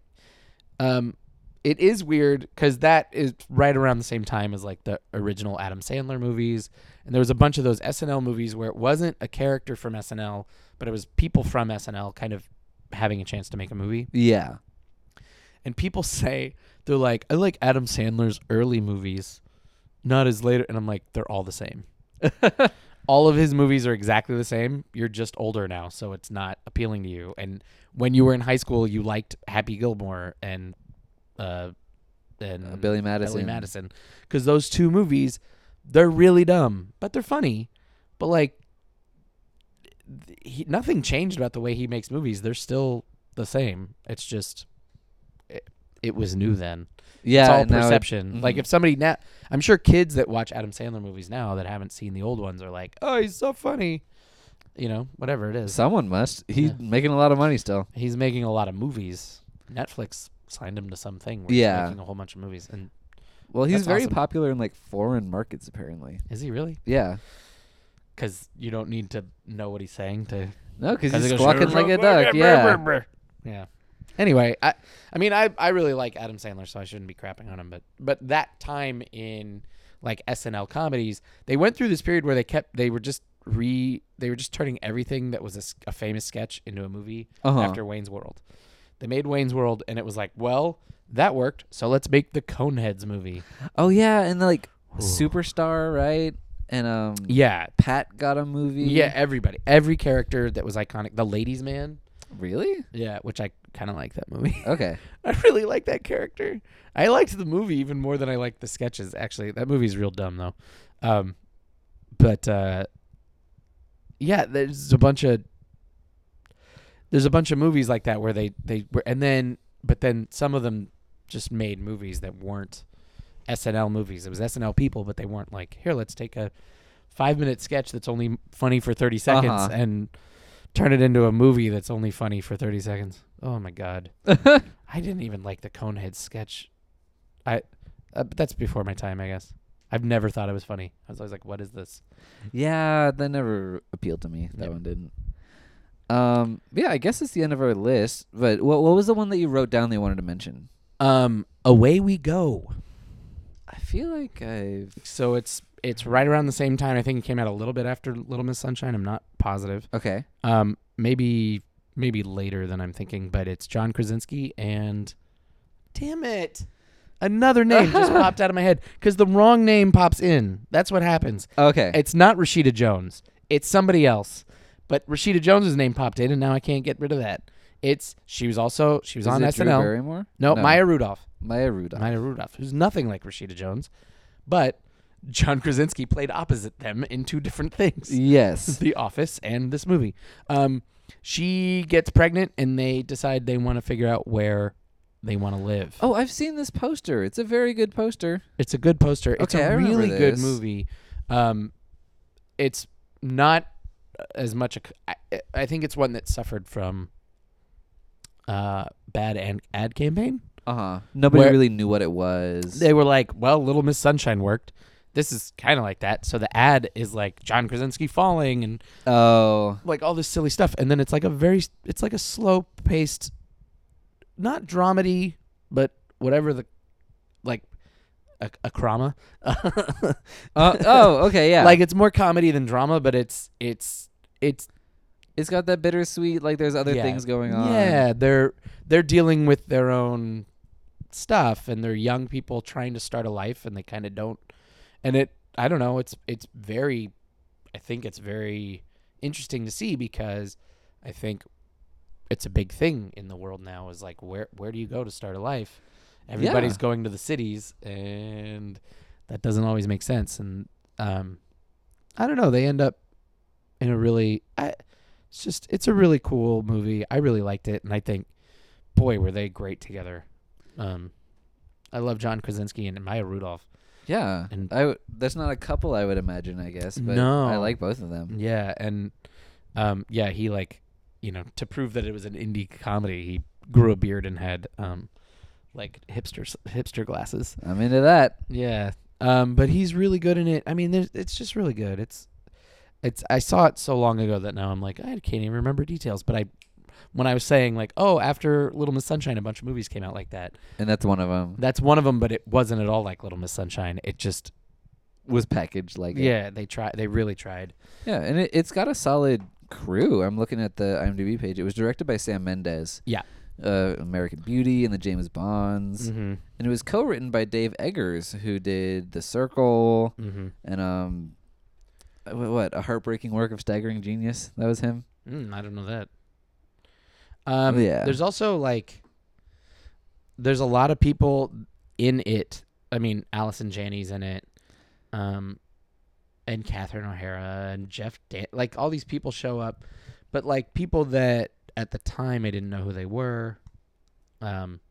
um it is weird because that is right around the same time as like the original Adam Sandler movies and there was a bunch of those SNL movies where it wasn't a character from SNL but it was people from SNL kind of having a chance to make a movie
yeah.
and people *laughs* say they're like I like Adam Sandler's early movies not his later and I'm like they're all the same *laughs* all of his movies are exactly the same. You're just older now, so it's not appealing to you. And when you were in high school, you liked Happy Gilmore and uh and
Uh, Billy Madison.
Billy Madison because those two movies they're really dumb, but they're funny. But like th- he, nothing changed about the way he makes movies. They're still the same. It's just it, it was new then.
Mm. Yeah,
it's all
now it-
perception. Like
mhm.
if somebody now, I'm sure kids that watch Adam Sandler movies now that haven't seen the old ones are like, "Oh, he's so funny," you know, whatever it is.
someone must. He's
Yeah.
making a lot of money still.
he's making a lot of movies. Netflix signed him to something. Where
Yeah.
he's making a whole bunch of movies. And
Well, he's
That's
very
awesome.
popular in like foreign markets apparently.
is he really?
Yeah.
Because you don't need to know what he's saying to
No, because
'Cause
he's
it goes,
squawking like a duck. Yeah.
Yeah. Anyway, I I mean I I really like Adam Sandler, so I shouldn't be crapping on him, but but that time in like SNL comedies, they went through this period where they kept they were just re they were just turning everything that was a, s- a famous sketch into a movie
Uh-huh.
after Wayne's World. They made Wayne's World and it was like, well, that worked, so let's make the Coneheads movie.
Oh yeah, and like superstar, right? And um,
Yeah.
Pat got a movie.
Yeah, everybody. Every character that was iconic. The Ladies Man.
Really?
Yeah, which I kind of like that movie.
*laughs* Okay.
*laughs* I really like that character. I liked the movie even more than I liked the sketches. Actually, that movie's real dumb though. Um, but uh, yeah, there's a bunch of there's a bunch of movies like that where they they were, and then but then some of them just made movies that weren't SNL movies. It was SNL people, but they weren't like here. Let's take a five minute sketch that's only funny for thirty seconds
Uh-huh.
and turn it into a movie that's only funny for thirty seconds. Oh my god. I didn't even like the Conehead sketch. I, uh, but that's before my time, I guess. I've never thought it was funny. I was always like, "What is this?"
yeah, that never appealed to me. That
Yeah.
one didn't. Um, yeah, I guess it's the end of our list. But what what was the one that you wrote down that you wanted to mention?
Um, away we go.
I feel like I've
So it's it's right around the same time. I think it came out a little bit after Little Miss Sunshine. I'm not positive.
okay.
Um, maybe maybe later than I'm thinking, but it's John Krasinski and, damn it, another name just *laughs* popped out of my head because the wrong name pops in. That's what happens.
Okay.
It's not Rashida Jones. It's somebody else. But Rashida Jones' name popped in, and now I can't get rid of that. It's she was also she was
Is
on
it Drew
SNL.
Barrymore?
no, Maya Rudolph.
Maya Rudolph.
Maya Rudolph, who's nothing like Rashida Jones, but John Krasinski played opposite them in two different things:
yes.
*laughs* The Office and this movie. Um, she gets pregnant, and they decide they want to figure out where they want to live.
Oh, I've seen this poster. It's a very good poster.
It's a good poster. It's
Okay, I
a
remember
really good
this.
movie. Um, it's not as much. A, c- I, I think it's one that suffered from uh, bad an ad campaign.
Uh huh. Nobody
Uh-huh. Where-
really knew what it was.
They were like, "Well, Little Miss Sunshine worked." This is kind of like that. So the ad is like John Krasinski falling and
oh.
like all this silly stuff, and then it's like a very, it's like a slow paced, not dramedy, but whatever the, like, a, a crama. *laughs*
Uh, oh. Okay. Yeah.
Like it's more comedy than drama, but it's it's it's
it's got that bittersweet. Like there's other
yeah.
things going on.
Yeah, they're they're dealing with their own stuff and they're young people trying to start a life and they kind of don't and it I don't know, it's it's very I think it's very interesting to see because I think it's a big thing in the world now is like where where do you go to start a life? Everybody's
Yeah.
going to the cities and that doesn't always make sense and um I don't know, they end up in a really I, it's just it's a really cool movie. I really liked it and I think boy were they great together. Um I love John Krasinski and Maya Rudolph.
Yeah.
And-
I w- that's not a couple I would imagine. I guess. But I
No.
like both of them.
Yeah, and um yeah, he like you know, to prove that it was an indie comedy, he grew a beard and had um like hipster hipster glasses.
I'm into that.
Yeah. Um, but he's really good in it. I mean, there's, it's just really good. It's, it's. I saw it so long ago that now I'm like, I can't even remember details. But I, when I was saying like, oh, after Little Miss Sunshine, a bunch of movies came out like that.
And that's one of them.
That's one of them, but it wasn't at all like Little Miss Sunshine. It just,
Was packaged like it.
yeah, they tried. They really tried.
Yeah. And it, it's got a solid crew. I'm looking at the IMDb page. It was directed by Sam Mendes.
Yeah. Mm-hmm.
Uh, American Beauty and the James Bonds. And it was co-written by Dave Eggers, who did The Circle
Mm-hmm.
and um, uh, wh- what a heartbreaking work of staggering genius. That was him.
Mm, I don't know that. Um,
Yeah.
There's also like, there's a lot of people in it. I mean, Allison Janney's in it. Um, and Catherine O'Hara and Jeff Dan- like all these people show up, but like people that at the time I didn't know who they were. Um,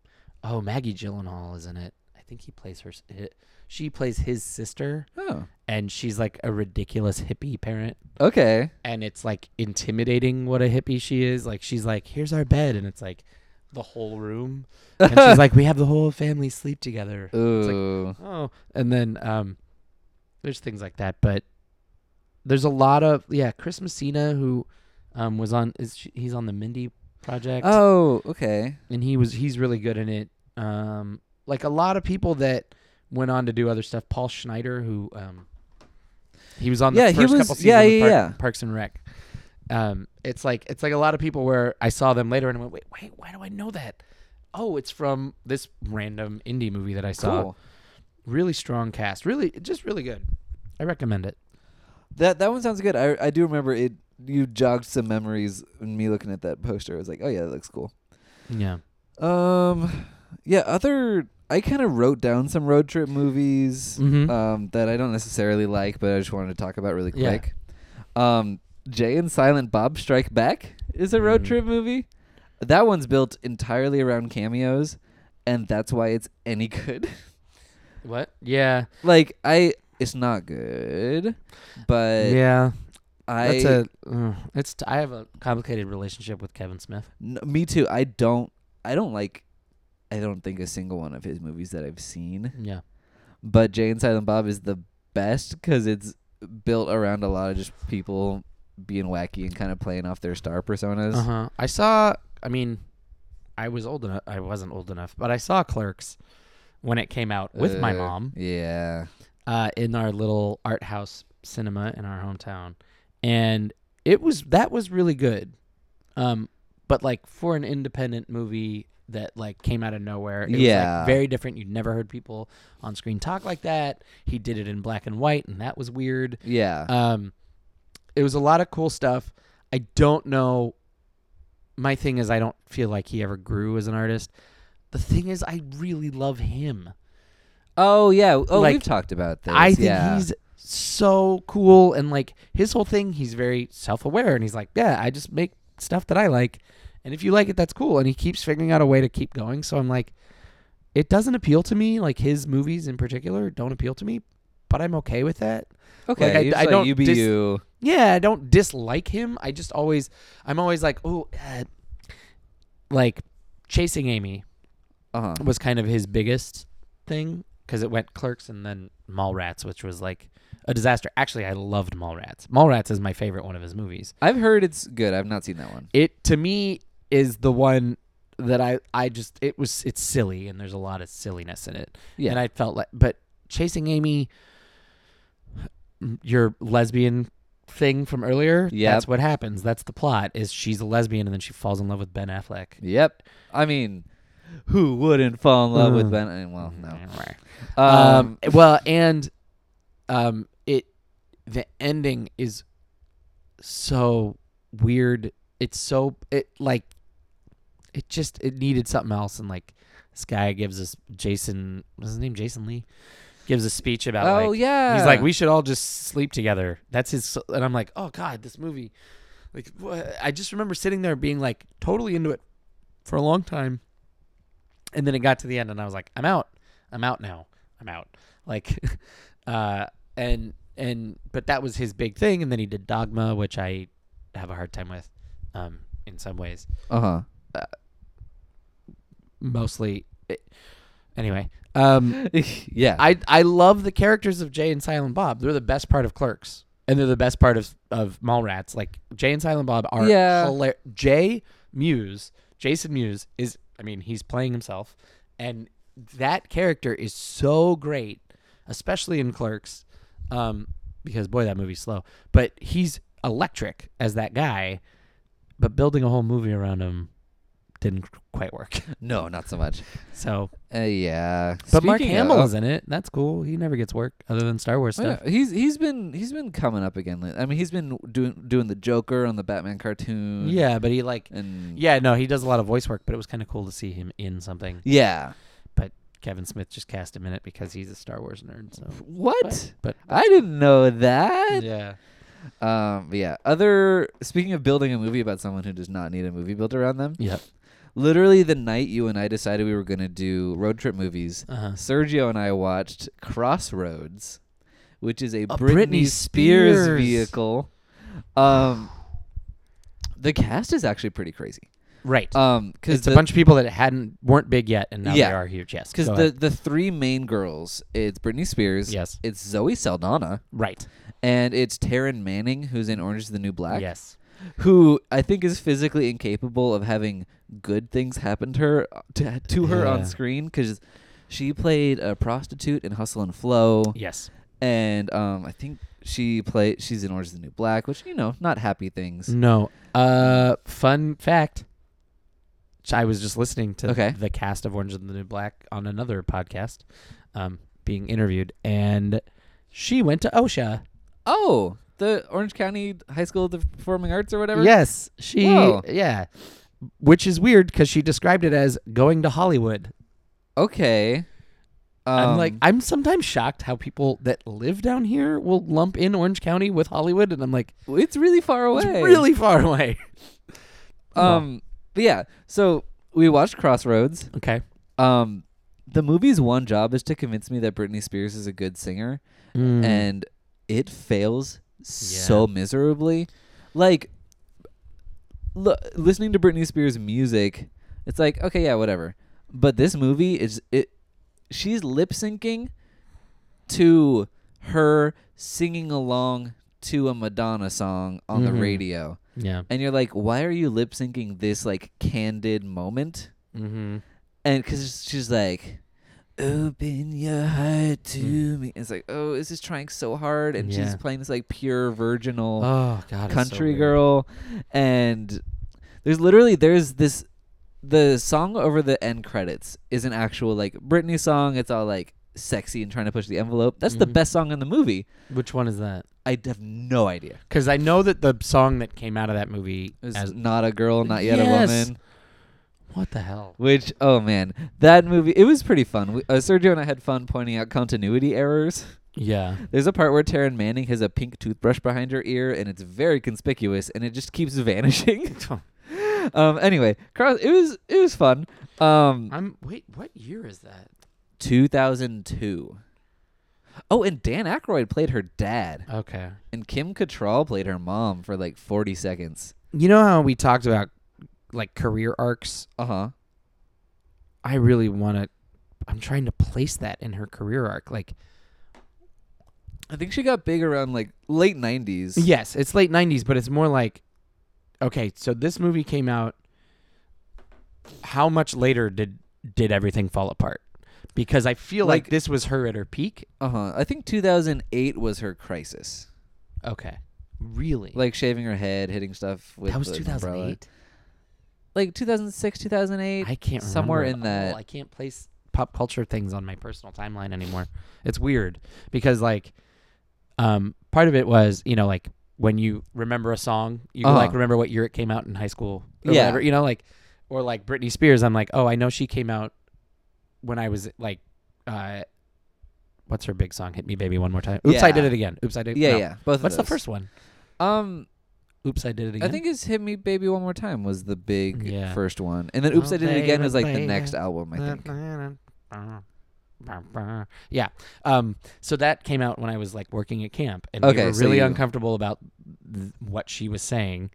oh Maggie Gyllenhaal is in it. I think he plays her. s- hi- She plays his sister,
Oh,
and she's like a ridiculous hippie parent,
okay.
and it's like intimidating what a hippie she is. Like she's like, here's our bed, and it's like the whole room, and she's like, we have the whole family sleep together. It's like,
Ooh.
Oh, and then um, there's things like that, but there's a lot of yeah. Chris Messina, who um was on is sh- he's on the Mindy project,
oh, okay.
and he was he's really good in it. Um, like a lot of people that went on to do other stuff. Paul Schneider, who um, he was on the
Yeah, he
first
was-
couple seasons
yeah,
of
yeah,
Park-
yeah.
Parks and Rec. Um, it's like it's like a lot of people where I saw them later and I went, wait, wait, why do I know that? Oh, it's from this random indie movie that I saw
Cool.
really strong cast. Really, just really good. I recommend it.
That that one sounds good. I I do remember it. You jogged some memories in me looking at that poster. I was like, oh yeah, that looks cool.
Yeah.
Um, yeah. Other, I kind of wrote down some road trip movies
Mhm.
um, that I don't necessarily like, but I just wanted to talk about really
Yeah.
quick. Um, Jay and Silent Bob Strike Back is a road
Mm.
trip movie. That one's built entirely around cameos, and that's why it's any good. *laughs*
What? Yeah.
like I, it's not good, but
yeah.
I.
That's a. Uh, it's. I have a complicated relationship with Kevin Smith.
N- me too. I don't. I don't like. I don't think a single one of his movies that I've seen.
Yeah.
But Jay and Silent Bob is the best because it's built around a lot of just people being wacky and kind of playing off their star personas.
Uh huh. I saw. I mean, I was old enough. I wasn't old enough, but I saw Clerks when it came out with my
Uh,
mom
Yeah.
uh, in our little art house cinema in our hometown, and it was that was really good. Um, but like for an independent movie that like came out of nowhere, it was, like,
Yeah.
very different. You'd never heard people on screen talk like that. He did it in black and white, and that was weird.
Yeah.
Um, it was a lot of cool stuff. I don't know. My thing is, I don't feel like he ever grew as an artist. The thing is, I really love him.
oh yeah. Oh,
like,
we've talked about this.
I think
yeah.
he's so cool and like his whole thing he's very self-aware and he's like, "Yeah, I just make stuff that I like and if you like it that's cool." And he keeps figuring out a way to keep going. So I'm like it doesn't appeal to me, like his movies in particular don't appeal to me, but I'm okay with that.
okay.
I-
he's
I
like,
don't
You be
dis-
you.
Yeah, I don't dislike him. I just always I'm always like, "Oh, uh, like chasing Amy
Uh huh.
was kind of his biggest thing because it went Clerks and then Mallrats, which was like a disaster. Actually, I loved Mallrats. Mallrats is my favorite one of his movies.
I've heard it's good. I've not seen that one.
It to me is the one that I I just it was it's silly and there's a lot of silliness in it.
Yeah.
And I felt like but Chasing Amy your lesbian thing from earlier,
Yep.
that's what happens. That's the plot is she's a lesbian and then she falls in love with Ben Affleck.
Yep. I mean, who wouldn't fall in love with
Mm.
Ben? I mean, Well, Oh, no. Um.
Um, well, and um, it the ending is so weird. It's so it like it just it needed something else, and like this guy gives us Jason. What's his name? Jason Lee gives a speech about.
oh
like,
yeah.
He's like, we should all just sleep together. That's his. And I'm like, oh god, this movie. Like, wha- I just remember sitting there being like totally into it for a long time, and then it got to the end, and I was like, I'm out. I'm out now. I'm out. *laughs* Like, uh, and and but that was his big thing, and then he did Dogma, which I have a hard time with, um, in some ways
Uh huh.
mostly. It, anyway, um.
*laughs* yeah.
I I love the characters of Jay and Silent Bob. They're the best part of Clerks, and they're the best part of of Mallrats. Like Jay and Silent Bob are
Yeah.
hilar- Jay Muse, Jason Muse is. I mean, he's playing himself, and that character is so great, especially in Clerks, um, because boy, that movie's slow. But he's electric as that guy. But building a whole movie around him didn't quite work. *laughs*
no, not so much.
So,
Uh, yeah.
but Mark
Speaking
Hamill
of-
is in it. That's cool. He never gets work other than Star Wars
Oh,
stuff.
yeah. He's he's been he's been coming up again. lately. I mean, he's been doing doing the Joker on the Batman cartoon.
Yeah, but he like
And
yeah, no, he does a lot of voice work, but it was kind of cool to see him in something.
yeah.
But Kevin Smith just cast him in it because he's a Star Wars nerd. So,
What?
but
I didn't know that.
yeah,
Um, but yeah. Other speaking of building a movie about someone who does not need a movie built around them.
yep.
Literally the night you and I decided we were gonna do road trip movies,
Uh-huh.
Sergio and I watched Crossroads, which is a
A
Britney,
Britney
Spears,
Spears.
vehicle. Um, the cast is actually pretty crazy.
Right.
Um, because
it's a bunch of people that hadn't weren't big yet, and now
Yeah.
they are huge. Yes,
because
Go
the
ahead.
the three main girls it's Britney Spears,
yes,
it's Zoe Saldana,
right.
and it's Taryn Manning who's in Orange is the New Black.
Yes,
who I think is physically incapable of having good things happen to her to, to her on
Yeah.
screen because she played a prostitute in Hustle and Flow,
yes,
and um, I think she played she's in Orange Is the New Black, which you know, not happy things.
no. Uh, fun fact. I was just listening to
Okay.
the cast of Orange is the New Black on another podcast, um, being interviewed, and she went to OSHA.
Oh, the Orange County High School of the Performing Arts or whatever.
Yes, she.
Whoa.
Yeah, which is weird because she described it as going to Hollywood.
Okay.
I'm
Um,
like, I'm sometimes shocked how people that live down here will lump in Orange County with Hollywood, and I'm like,
it's really far away.
it's really far away. *laughs*
Um. But yeah. So we watched Crossroads.
Okay.
Um, the movie's one job is to convince me that Britney Spears is a good singer,
Mm-hmm. Mm,
and it fails so miserably. Like, l- listening to Britney Spears music, it's like okay, yeah, whatever. But this movie is it. She's lip syncing to her singing along to a Madonna song on the
Mhm.
radio,
yeah.
and you're like, why are you lip syncing this like candid moment?
Mm-hmm.
and because she's like open your heart to me it's like oh this is trying so hard and she's
Hmm. Yeah.
playing this like pure virginal
Oh God. it's so
country
weird.
girl and there's literally there's this the song over the end credits is an actual like britney song it's all like sexy and trying to push the envelope that's the
Mhm.
best song in the movie
Which one is that?
i have no idea
Because I know that the song that came out of that movie
it's
as
not a girl not yet
Yes.
a woman
what the hell?
which oh man that movie it was pretty fun we, uh, sergio and i had fun pointing out continuity errors *laughs*
Yeah.
There's a part where Taryn Manning has a pink toothbrush behind her ear, and it's very conspicuous, and it just keeps *laughs* vanishing. um, anyway, cross. It was it was fun. Um,
I'm wait. What year is that?
2002. Oh, and Dan Aykroyd played her dad,
Okay.
and Kim Cattrall played her mom for like 40 seconds.
You know how we talked about like career arcs?
Uh huh.
I really want to. I'm trying to place that in her career arc. Like,
I think she got big around like late 90s.
Yes, it's late '90s, but it's more like, okay, so this movie came out. How much later did did everything fall apart? Because I feel like,
Like-
this was her at her peak.
Uh huh. I think 2008 was her crisis,
Okay, really?
like shaving her head, hitting stuff with
that was
an
two
umbrella.
thousand eight.
Like 2006, 2008.
I can't
somewhere in
remember at all.
that.
I can't place pop culture things on my personal timeline anymore. It's weird because like, um, part of it was you know like when you remember a song, you
Uh-huh.
like remember what year it came out in high school. Or
Yeah.
whatever, you know like, or like Britney Spears. I'm like, oh, I know she came out when I was like, uh, what's her big song? Hit me, baby, one more time. Oops, I did
Yeah.
it again. Oops, I did.
Yeah,
no.
yeah. Both.
What's
of
the
those.
first one?
Um,
Oops, I did it again.
I think it's "Hit Me, Baby, One More Time" was the big
Yeah.
first one, and then "Oops, I Did It
Okay,
Again" was like the
okay.
next album. I think.
*laughs* Yeah. Um, so that came out when I was like working at camp, and
Okay,
we were
so
really
you-
uncomfortable about th- what she was saying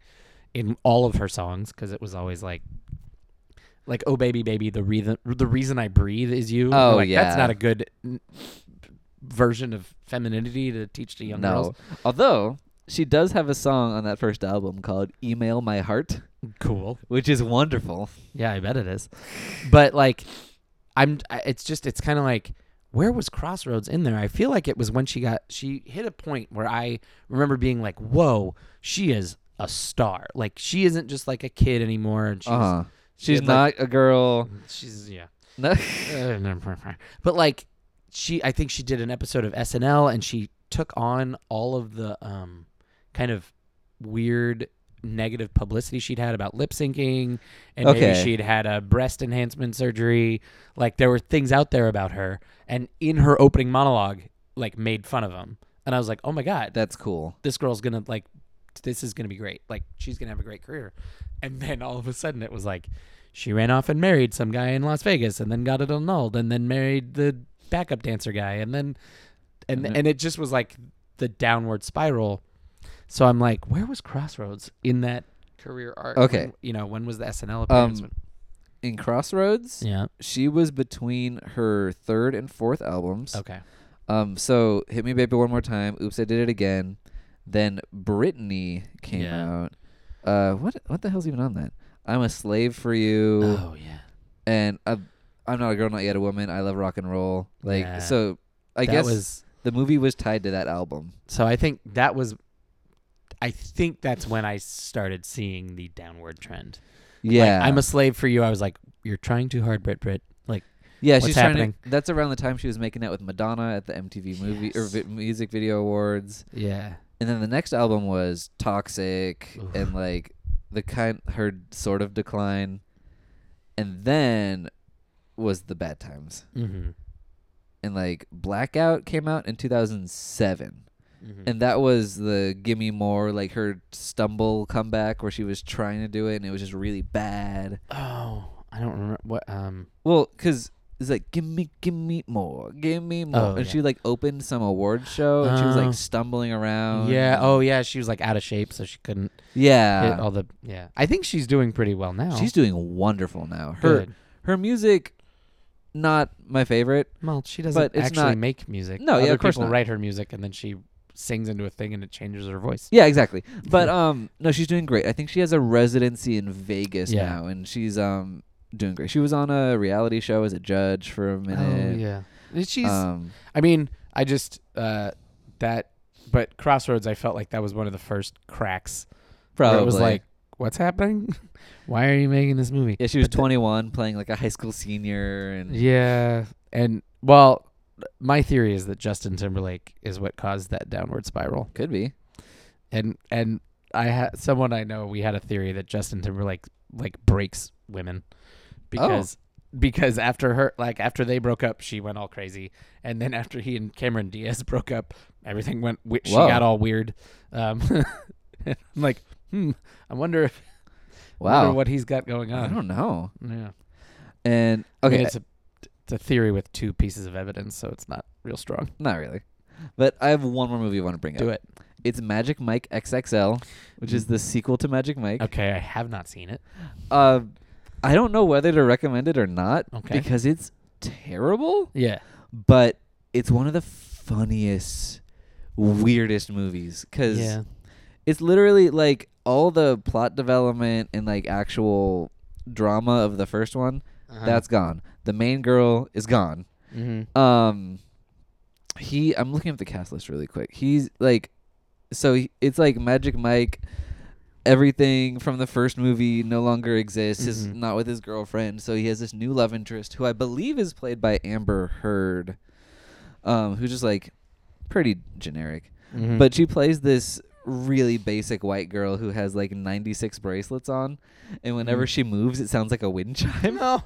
in all of her songs because it was always like, like "Oh baby, baby," the reason the reason I breathe is you. And we're
Oh,
like,
yeah.
that's not a good n- version of femininity to teach to young
no,
girls.
although she does have a song on that first album called "Email My Heart,"
Cool.
which is wonderful.
Yeah, I bet it is. But like, I'm. I- It's just. It's kind of like where was Crossroads in there? I feel like it was when she got. She hit a point where I remember being like, "Whoa, she is a star. Like she isn't just like a kid anymore." And she's,
Uh huh.
she
She's
had,
not
like-
a girl.
she's yeah.
No.
*laughs*
but like, she. I think she did an episode of SNL, and she took on all of the um, kind of weird
negative publicity she'd had about lip syncing, and maybe
Okay.
she'd had a breast enhancement surgery. Like there were things out there about her, and in her opening monologue, like made fun of them. And I was like, oh my god,
*laughs* That's cool.
this girl's gonna like this is gonna be great like she's gonna have a great career and then all of a sudden it was like she ran off and married some guy in las vegas and then got it annulled and then married the backup dancer guy and then and
And
and,
it-
it just was like the downward spiral so i'm like where was crossroads in that career arc
Okay.
When- you know when was the snl
Um,
appearance
In Crossroads,
yeah
she was between her third and fourth albums.
okay
Um, so Hit Me Baby One More Time, Oops I Did It Again. Then Britney came
Yeah.
out. Uh, what what the hell's even on that? I'm a slave for you,
Oh, yeah
and i I'm not a girl, not yet a woman. I love rock and roll. Like
Yeah.
so, I
That
guess
was
the movie was tied to that album.
so i think that was i think that's when i started seeing the downward trend Like,
Yeah,
I'm a slave for you. I was like, you're trying too hard, Brit Brit. Like,
yeah.
what's
she's trying
happening?
to. That's around the time she was making out with Madonna at the MTV movie or
Yes.
vi- music video awards.
yeah,
And then the next album was Toxic
Oof.
and like the kind her sort of decline. And then was the Bad Times.
mm-hmm.
And like Blackout came out in 2007.
Mm-hmm.
And that was the Gimme More like her stumble comeback where she was trying to do it and it was just really bad.
oh, I don't remember what. Um,
Well, cuz it's like gimme gimme more, gimme more.
Oh,
and
yeah.
she like opened some award show and she was
Oh.
like stumbling around.
yeah. Oh, yeah. She was like out of shape, so she couldn't
Yeah.
hit all the. Yeah, I think she's doing pretty well now.
She's doing wonderful now. Her
good.
her music not my favorite
Well, she doesn't
but it's
actually
not-
make music.
No, yeah,
Other
of course
people
not.
write her music, and then she sings into a thing, and it changes her voice.
yeah exactly
*laughs*
but um no she's doing great i think she has a residency in vegas
Yeah.
now and she's um doing great she was on a reality show as a judge for
Oh,
a minute
Oh, yeah. She's.
um
I mean, I just uh, that, but Crossroads, I felt like that was one of the first cracks. where
probably
it was like, what's happening? *laughs*
Why are you making this movie?
yeah she was
but the-
21 playing like a high school senior and
Yeah,
And well, my theory is that Justin Timberlake is what caused that downward spiral.
could be
And and I had someone I know we had a theory that Justin Timberlake like breaks women because
Oh.
because after her like after they broke up, she went all crazy, and then after he and Cameron Diaz *laughs* broke up, everything went. We- she
Whoa.
got all weird. Um, *laughs* I'm like, hmm. I wonder if wonder
wow
what he's got going
i
on.
don't know
Yeah.
and
I mean,
okay
it's a it's a theory with two pieces of evidence, so it's not real strong.
not really but i have one more movie i want to bring
Do
up
it. Mm.
it's magic mike xxl which is the sequel to magic mike
Okay, I have not seen it.
Uh, I don't know whether to recommend it or not
Okay.
because it's terrible,
Yeah.
but it's one of the funniest, weirdest movies because
Yeah.
it's literally like all the plot development and like actual drama of the first one
Uh-huh.
Uh-huh.
that's gone. The main girl is gone.
Mm-hmm.
hmm
Um, he. I'm looking up the cast list really quick. He's like, so he, it's like Magic Mike. Everything from the first movie no longer exists. He's
Mhm.
not with his girlfriend, so he has this new love interest, who I believe is played by Amber Heard, um, who's just like pretty generic.
Mm-hmm. Hmm.
But she plays this really basic white girl who has like 96 bracelets on, and whenever she moves, it sounds like a wind *laughs* chime.
No.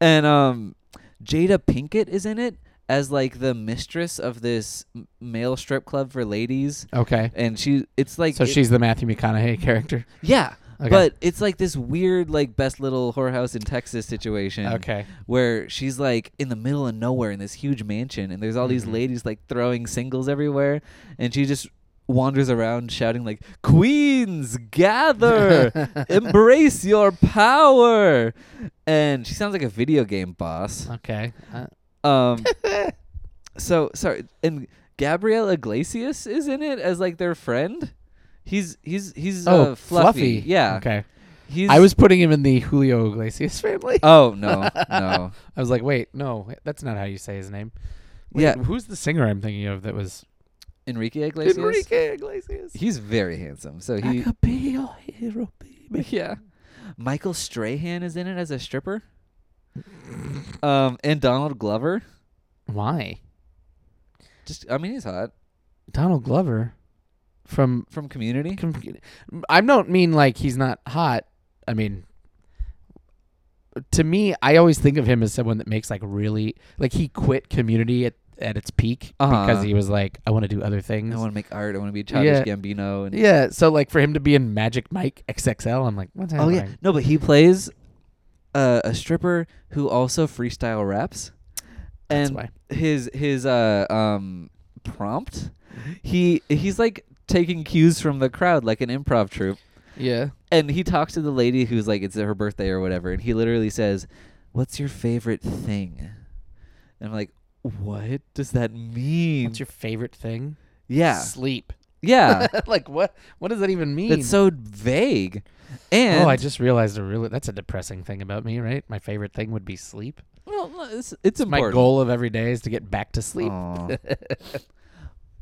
and um Jada Pinkett is in it as like the mistress of this m- male strip club for ladies
Okay.
and she it's like
So
it-
she's the Matthew McConaughey character.
yeah
Okay.
but it's like this weird like best little whorehouse in Texas situation
*laughs* Okay.
where she's like in the middle of nowhere in this huge mansion and there's all these
Mhm.
Mm-hmm.
ladies like throwing singles everywhere and she just wanders around shouting like queens
*laughs*
gather embrace your power and she sounds like a video game boss
Okay. Uh,
*laughs*
um, so sorry, and Gabriel Iglesias is in it as like their friend. He's he's he's
Oh,
uh, fluffy.
Fluffy.
Yeah,
Okay.
he's.
I was putting him in the Julio Iglesias
*laughs*
family. *laughs*
Oh no no
I was like, wait, no, that's not how you say his name.
Yeah.
Who's the singer I'm thinking of that was
Enrique Iglesias.
Enrique Iglesias?
He's very handsome. So
I
he
could be your hero, baby.
*laughs* yeah. Michael Strahan is in it as a stripper. Um and Donald Glover.
why?
Just I mean he's hot.
Donald Glover.
from
from Community.
Com- I don't mean like he's not hot. I mean, to me, I always think of him as someone that makes like really like he quit Community at, at its peak
Uh-huh.
because he was like, I want to do other things.
I want to make art. I want to be Childish
Yeah.
Gambino. And
yeah, so like for him to be in Magic Mike XXL, I'm like, what's
oh
happening?
yeah, no, but he plays uh, a stripper who also freestyle raps,
That's
and
why.
his his uh um prompt,
Mm-hmm.
he he's like taking cues from the crowd like an improv troupe.
Yeah.
and he talks to the lady who's like it's her birthday or whatever and he literally says what's your favorite thing and i'm like what does that mean
What's your favorite thing?
yeah
Sleep. *laughs*
yeah
like what? What does that even mean?
that's so vague and
oh, I just realized a really that's a depressing thing about me, right? My favorite thing would be sleep.
well, no, it's, it's
My
important.
goal of every day is to get back to sleep.
Aw. *laughs*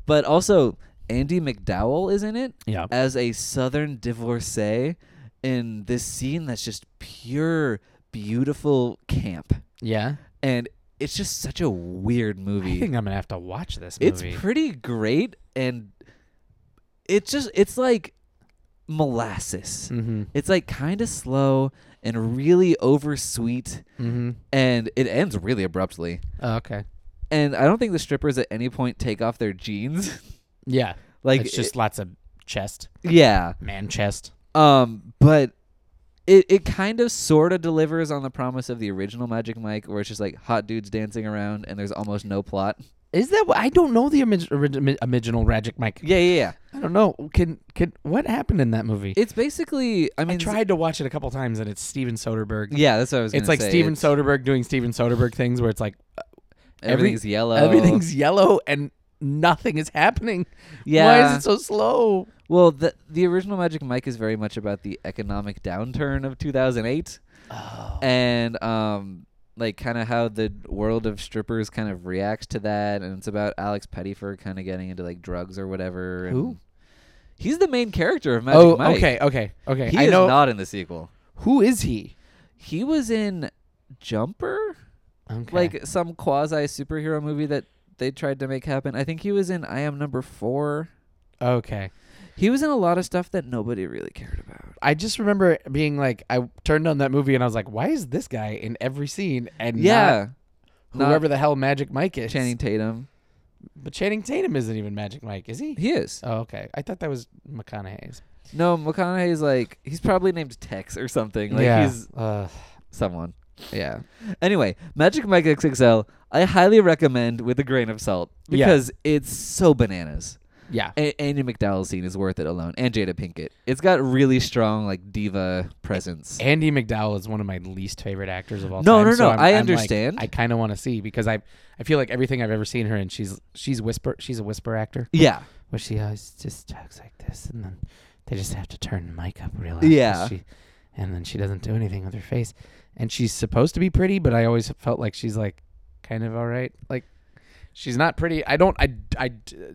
but also andy mcdowell is in it
Yeah.
as a southern divorcee in this scene that's just pure beautiful camp
Yeah.
and it's just such a weird movie
I think I'm gonna have to watch this
It's
movie.
pretty great, and it's just it's like molasses.
mm-hmm.
It's like kind of slow and really oversweet,
Mm-hmm.
and it ends really abruptly.
Oh, okay.
And I don't think the strippers at any point take off their jeans. *laughs*
Yeah.
like
it's just lots of chest,
it- yeah.
man chest.
Um, but it it kind of sort of delivers on the promise of the original Magic Mike, where it's just like hot dudes dancing around and there's almost no plot.
Is that what I don't know the orig- orig- original Magic Mike?
Yeah, yeah, yeah.
I don't know. Can can what happened in that movie?
It's basically I
I
mean
tried to watch it a couple times and it's Steven Soderbergh.
Yeah, that's what I was.
It's
gonna
like
say.
Steven
It's-
Soderbergh doing Steven Soderbergh things where it's like every-
Everything's yellow.
everything's yellow and nothing is happening.
Yeah.
Why is it so slow?
Well, the the original Magic Mike is very much about the economic downturn of 2008
Oh.
and um like kind of how the world of strippers kind of reacts to that and it's about Alex Pettyfer kind of getting into like drugs or whatever. and-
Who?
He's the main character of Magic
Oh,
Mike.
okay, okay, okay.
He
I
is
know
not in the sequel.
who is he?
He was in Jumper,
Okay.
like some quasi superhero movie that they tried to make happen. I think he was in I Am Number 4.
okay.
He was in a lot of stuff that nobody really cared about.
I just remember being like, I turned on that movie and I was like, why is this guy in every scene and
Yeah,
not
not
whoever the hell Magic Mike is?
Channing Tatum.
but Channing Tatum isn't even Magic Mike, is he?
He is.
Oh, okay. I thought that was McConaughey's.
No, McConaughey's like he's probably named Tex or something. Like he's
uh,
someone.
yeah.
Anyway, Magic Mike XXL, I highly recommend with a grain of salt
Yeah.
because it's so bananas.
Yeah.
A- Andy McDowell's scene is worth it alone, and Jada Pinkett. It's got really strong like diva presence.
Andy McDowell is one of my least favorite actors of all
No,
time.
no, no,
so I'm-
I
I'm like,
understand.
I kind of want to see because I I feel like everything I've ever seen her in, she's she's whisper she's a whisper actor
Yeah,
where she always just talks like this and then they just have to turn the mic up real loud 'cause
Yeah.
she- and then she doesn't do anything with her face and she's supposed to be pretty, but I always felt like she's like kind of all right. Like she's not pretty. I don't. I. I.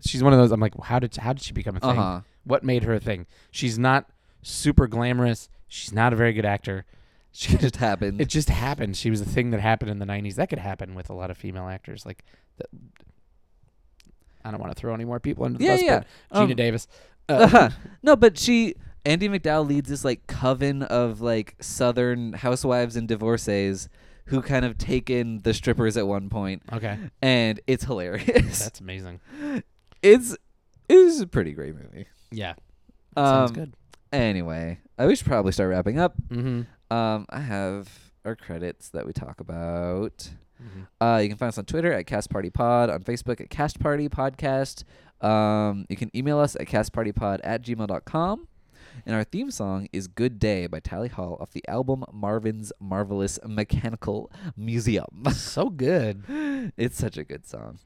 She's one of those. I'm like, how did how did she become a thing?
uh huh.
What made her a thing? She's not super glamorous. She's not a very good actor. She
It just happened.
it just happened. She was a thing that happened in the '90s. That could happen with a lot of female actors. Like, th- I don't want to throw any more people under the
Yeah,
bus.
yeah.
But Gina
Um,
Davis. Uh,
*laughs* Uh-huh. no, but she Andy McDowell leads this like coven of like southern housewives and divorcees who kind of take in the strippers at one point
Okay,
and it's hilarious.
that's amazing.
*laughs* it's it's a pretty great movie.
Yeah, sounds
Um,
good.
Anyway, I we should probably start wrapping up.
Mm-hmm.
Um, I have our credits that we talk about. Uh, you can find us on Twitter at Cast Party Pod, on Facebook at Cast Party Podcast. Um, you can email us at castpartypod at gmail.com. And our theme song is Good Day by Tally Hall off the album Marvin's Marvelous Mechanical Museum. *laughs*
So good.
it's such a good song.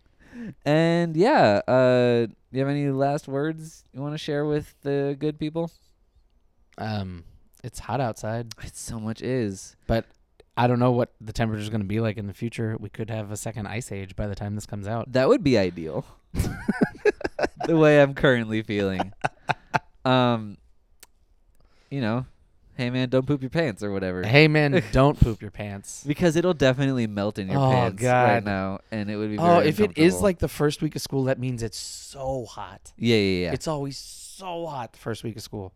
And yeah, uh, you have any last words you want to share with the good people?
Um, it's hot outside,
It so much is.
but I don't know what the temperature's going to be like in the future. We could have a second ice age by the time this comes out.
That would be ideal. *laughs* the way I'm currently
*laughs*
feeling. Um you know, hey man, don't poop your pants or whatever.
Hey man, don't poop your pants.
Because it'll definitely melt in your
Oh,
pants right
God.
now and it would be
Oh,
very
if it is
uncomfortable.
like the first week of school, that means it's so hot.
Yeah, yeah, yeah.
It's always
so hot the first week of school.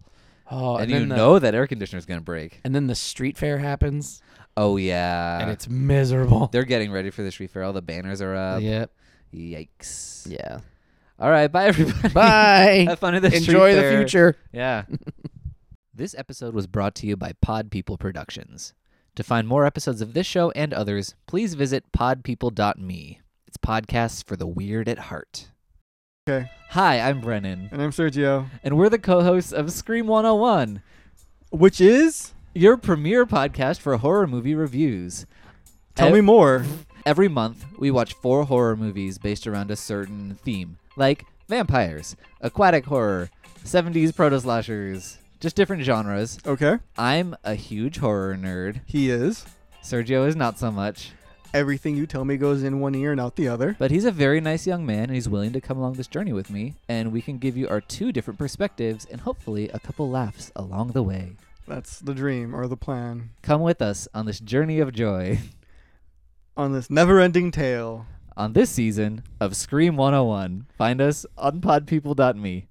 Oh, and,
and
then
you
uh,
the,
know that air conditioner's gonna break.
and then the street fair happens,
Oh yeah,
and it's miserable.
they're getting ready for the street fair. All the banners are up.
Yep.
Yikes.
Yeah.
All right, bye everybody.
Bye.
*laughs* Have fun in the street
Enjoy the
fair.
future.
*laughs*
Yeah. this episode was brought to you by Pod People Productions. To find more episodes of this show and others, please visit podpeople.me. It's podcasts for the weird at heart.
Okay.
Hi, I'm Brennan,
And I'm Sergio,
and we're the co hosts of Scream 101,
which is
your premier podcast for horror movie reviews.
tell
Ev-
me
*laughs*
more.
Every month, we watch four horror movies based around a certain theme, like vampires, aquatic horror, 70s proto slashers, just different genres.
Okay,
I'm a huge horror nerd.
he is.
Sergio is not so much,
Everything you tell me goes in one ear and out the other.
but he's a very nice young man and he's willing to come along this journey with me, and we can give you our two different perspectives and hopefully a couple laughs along the way.
That's the dream or the plan
Come with us on this journey of joy *laughs*
on this never-ending tale.
oh on this season of Scream 101. Find us on podpeople.me.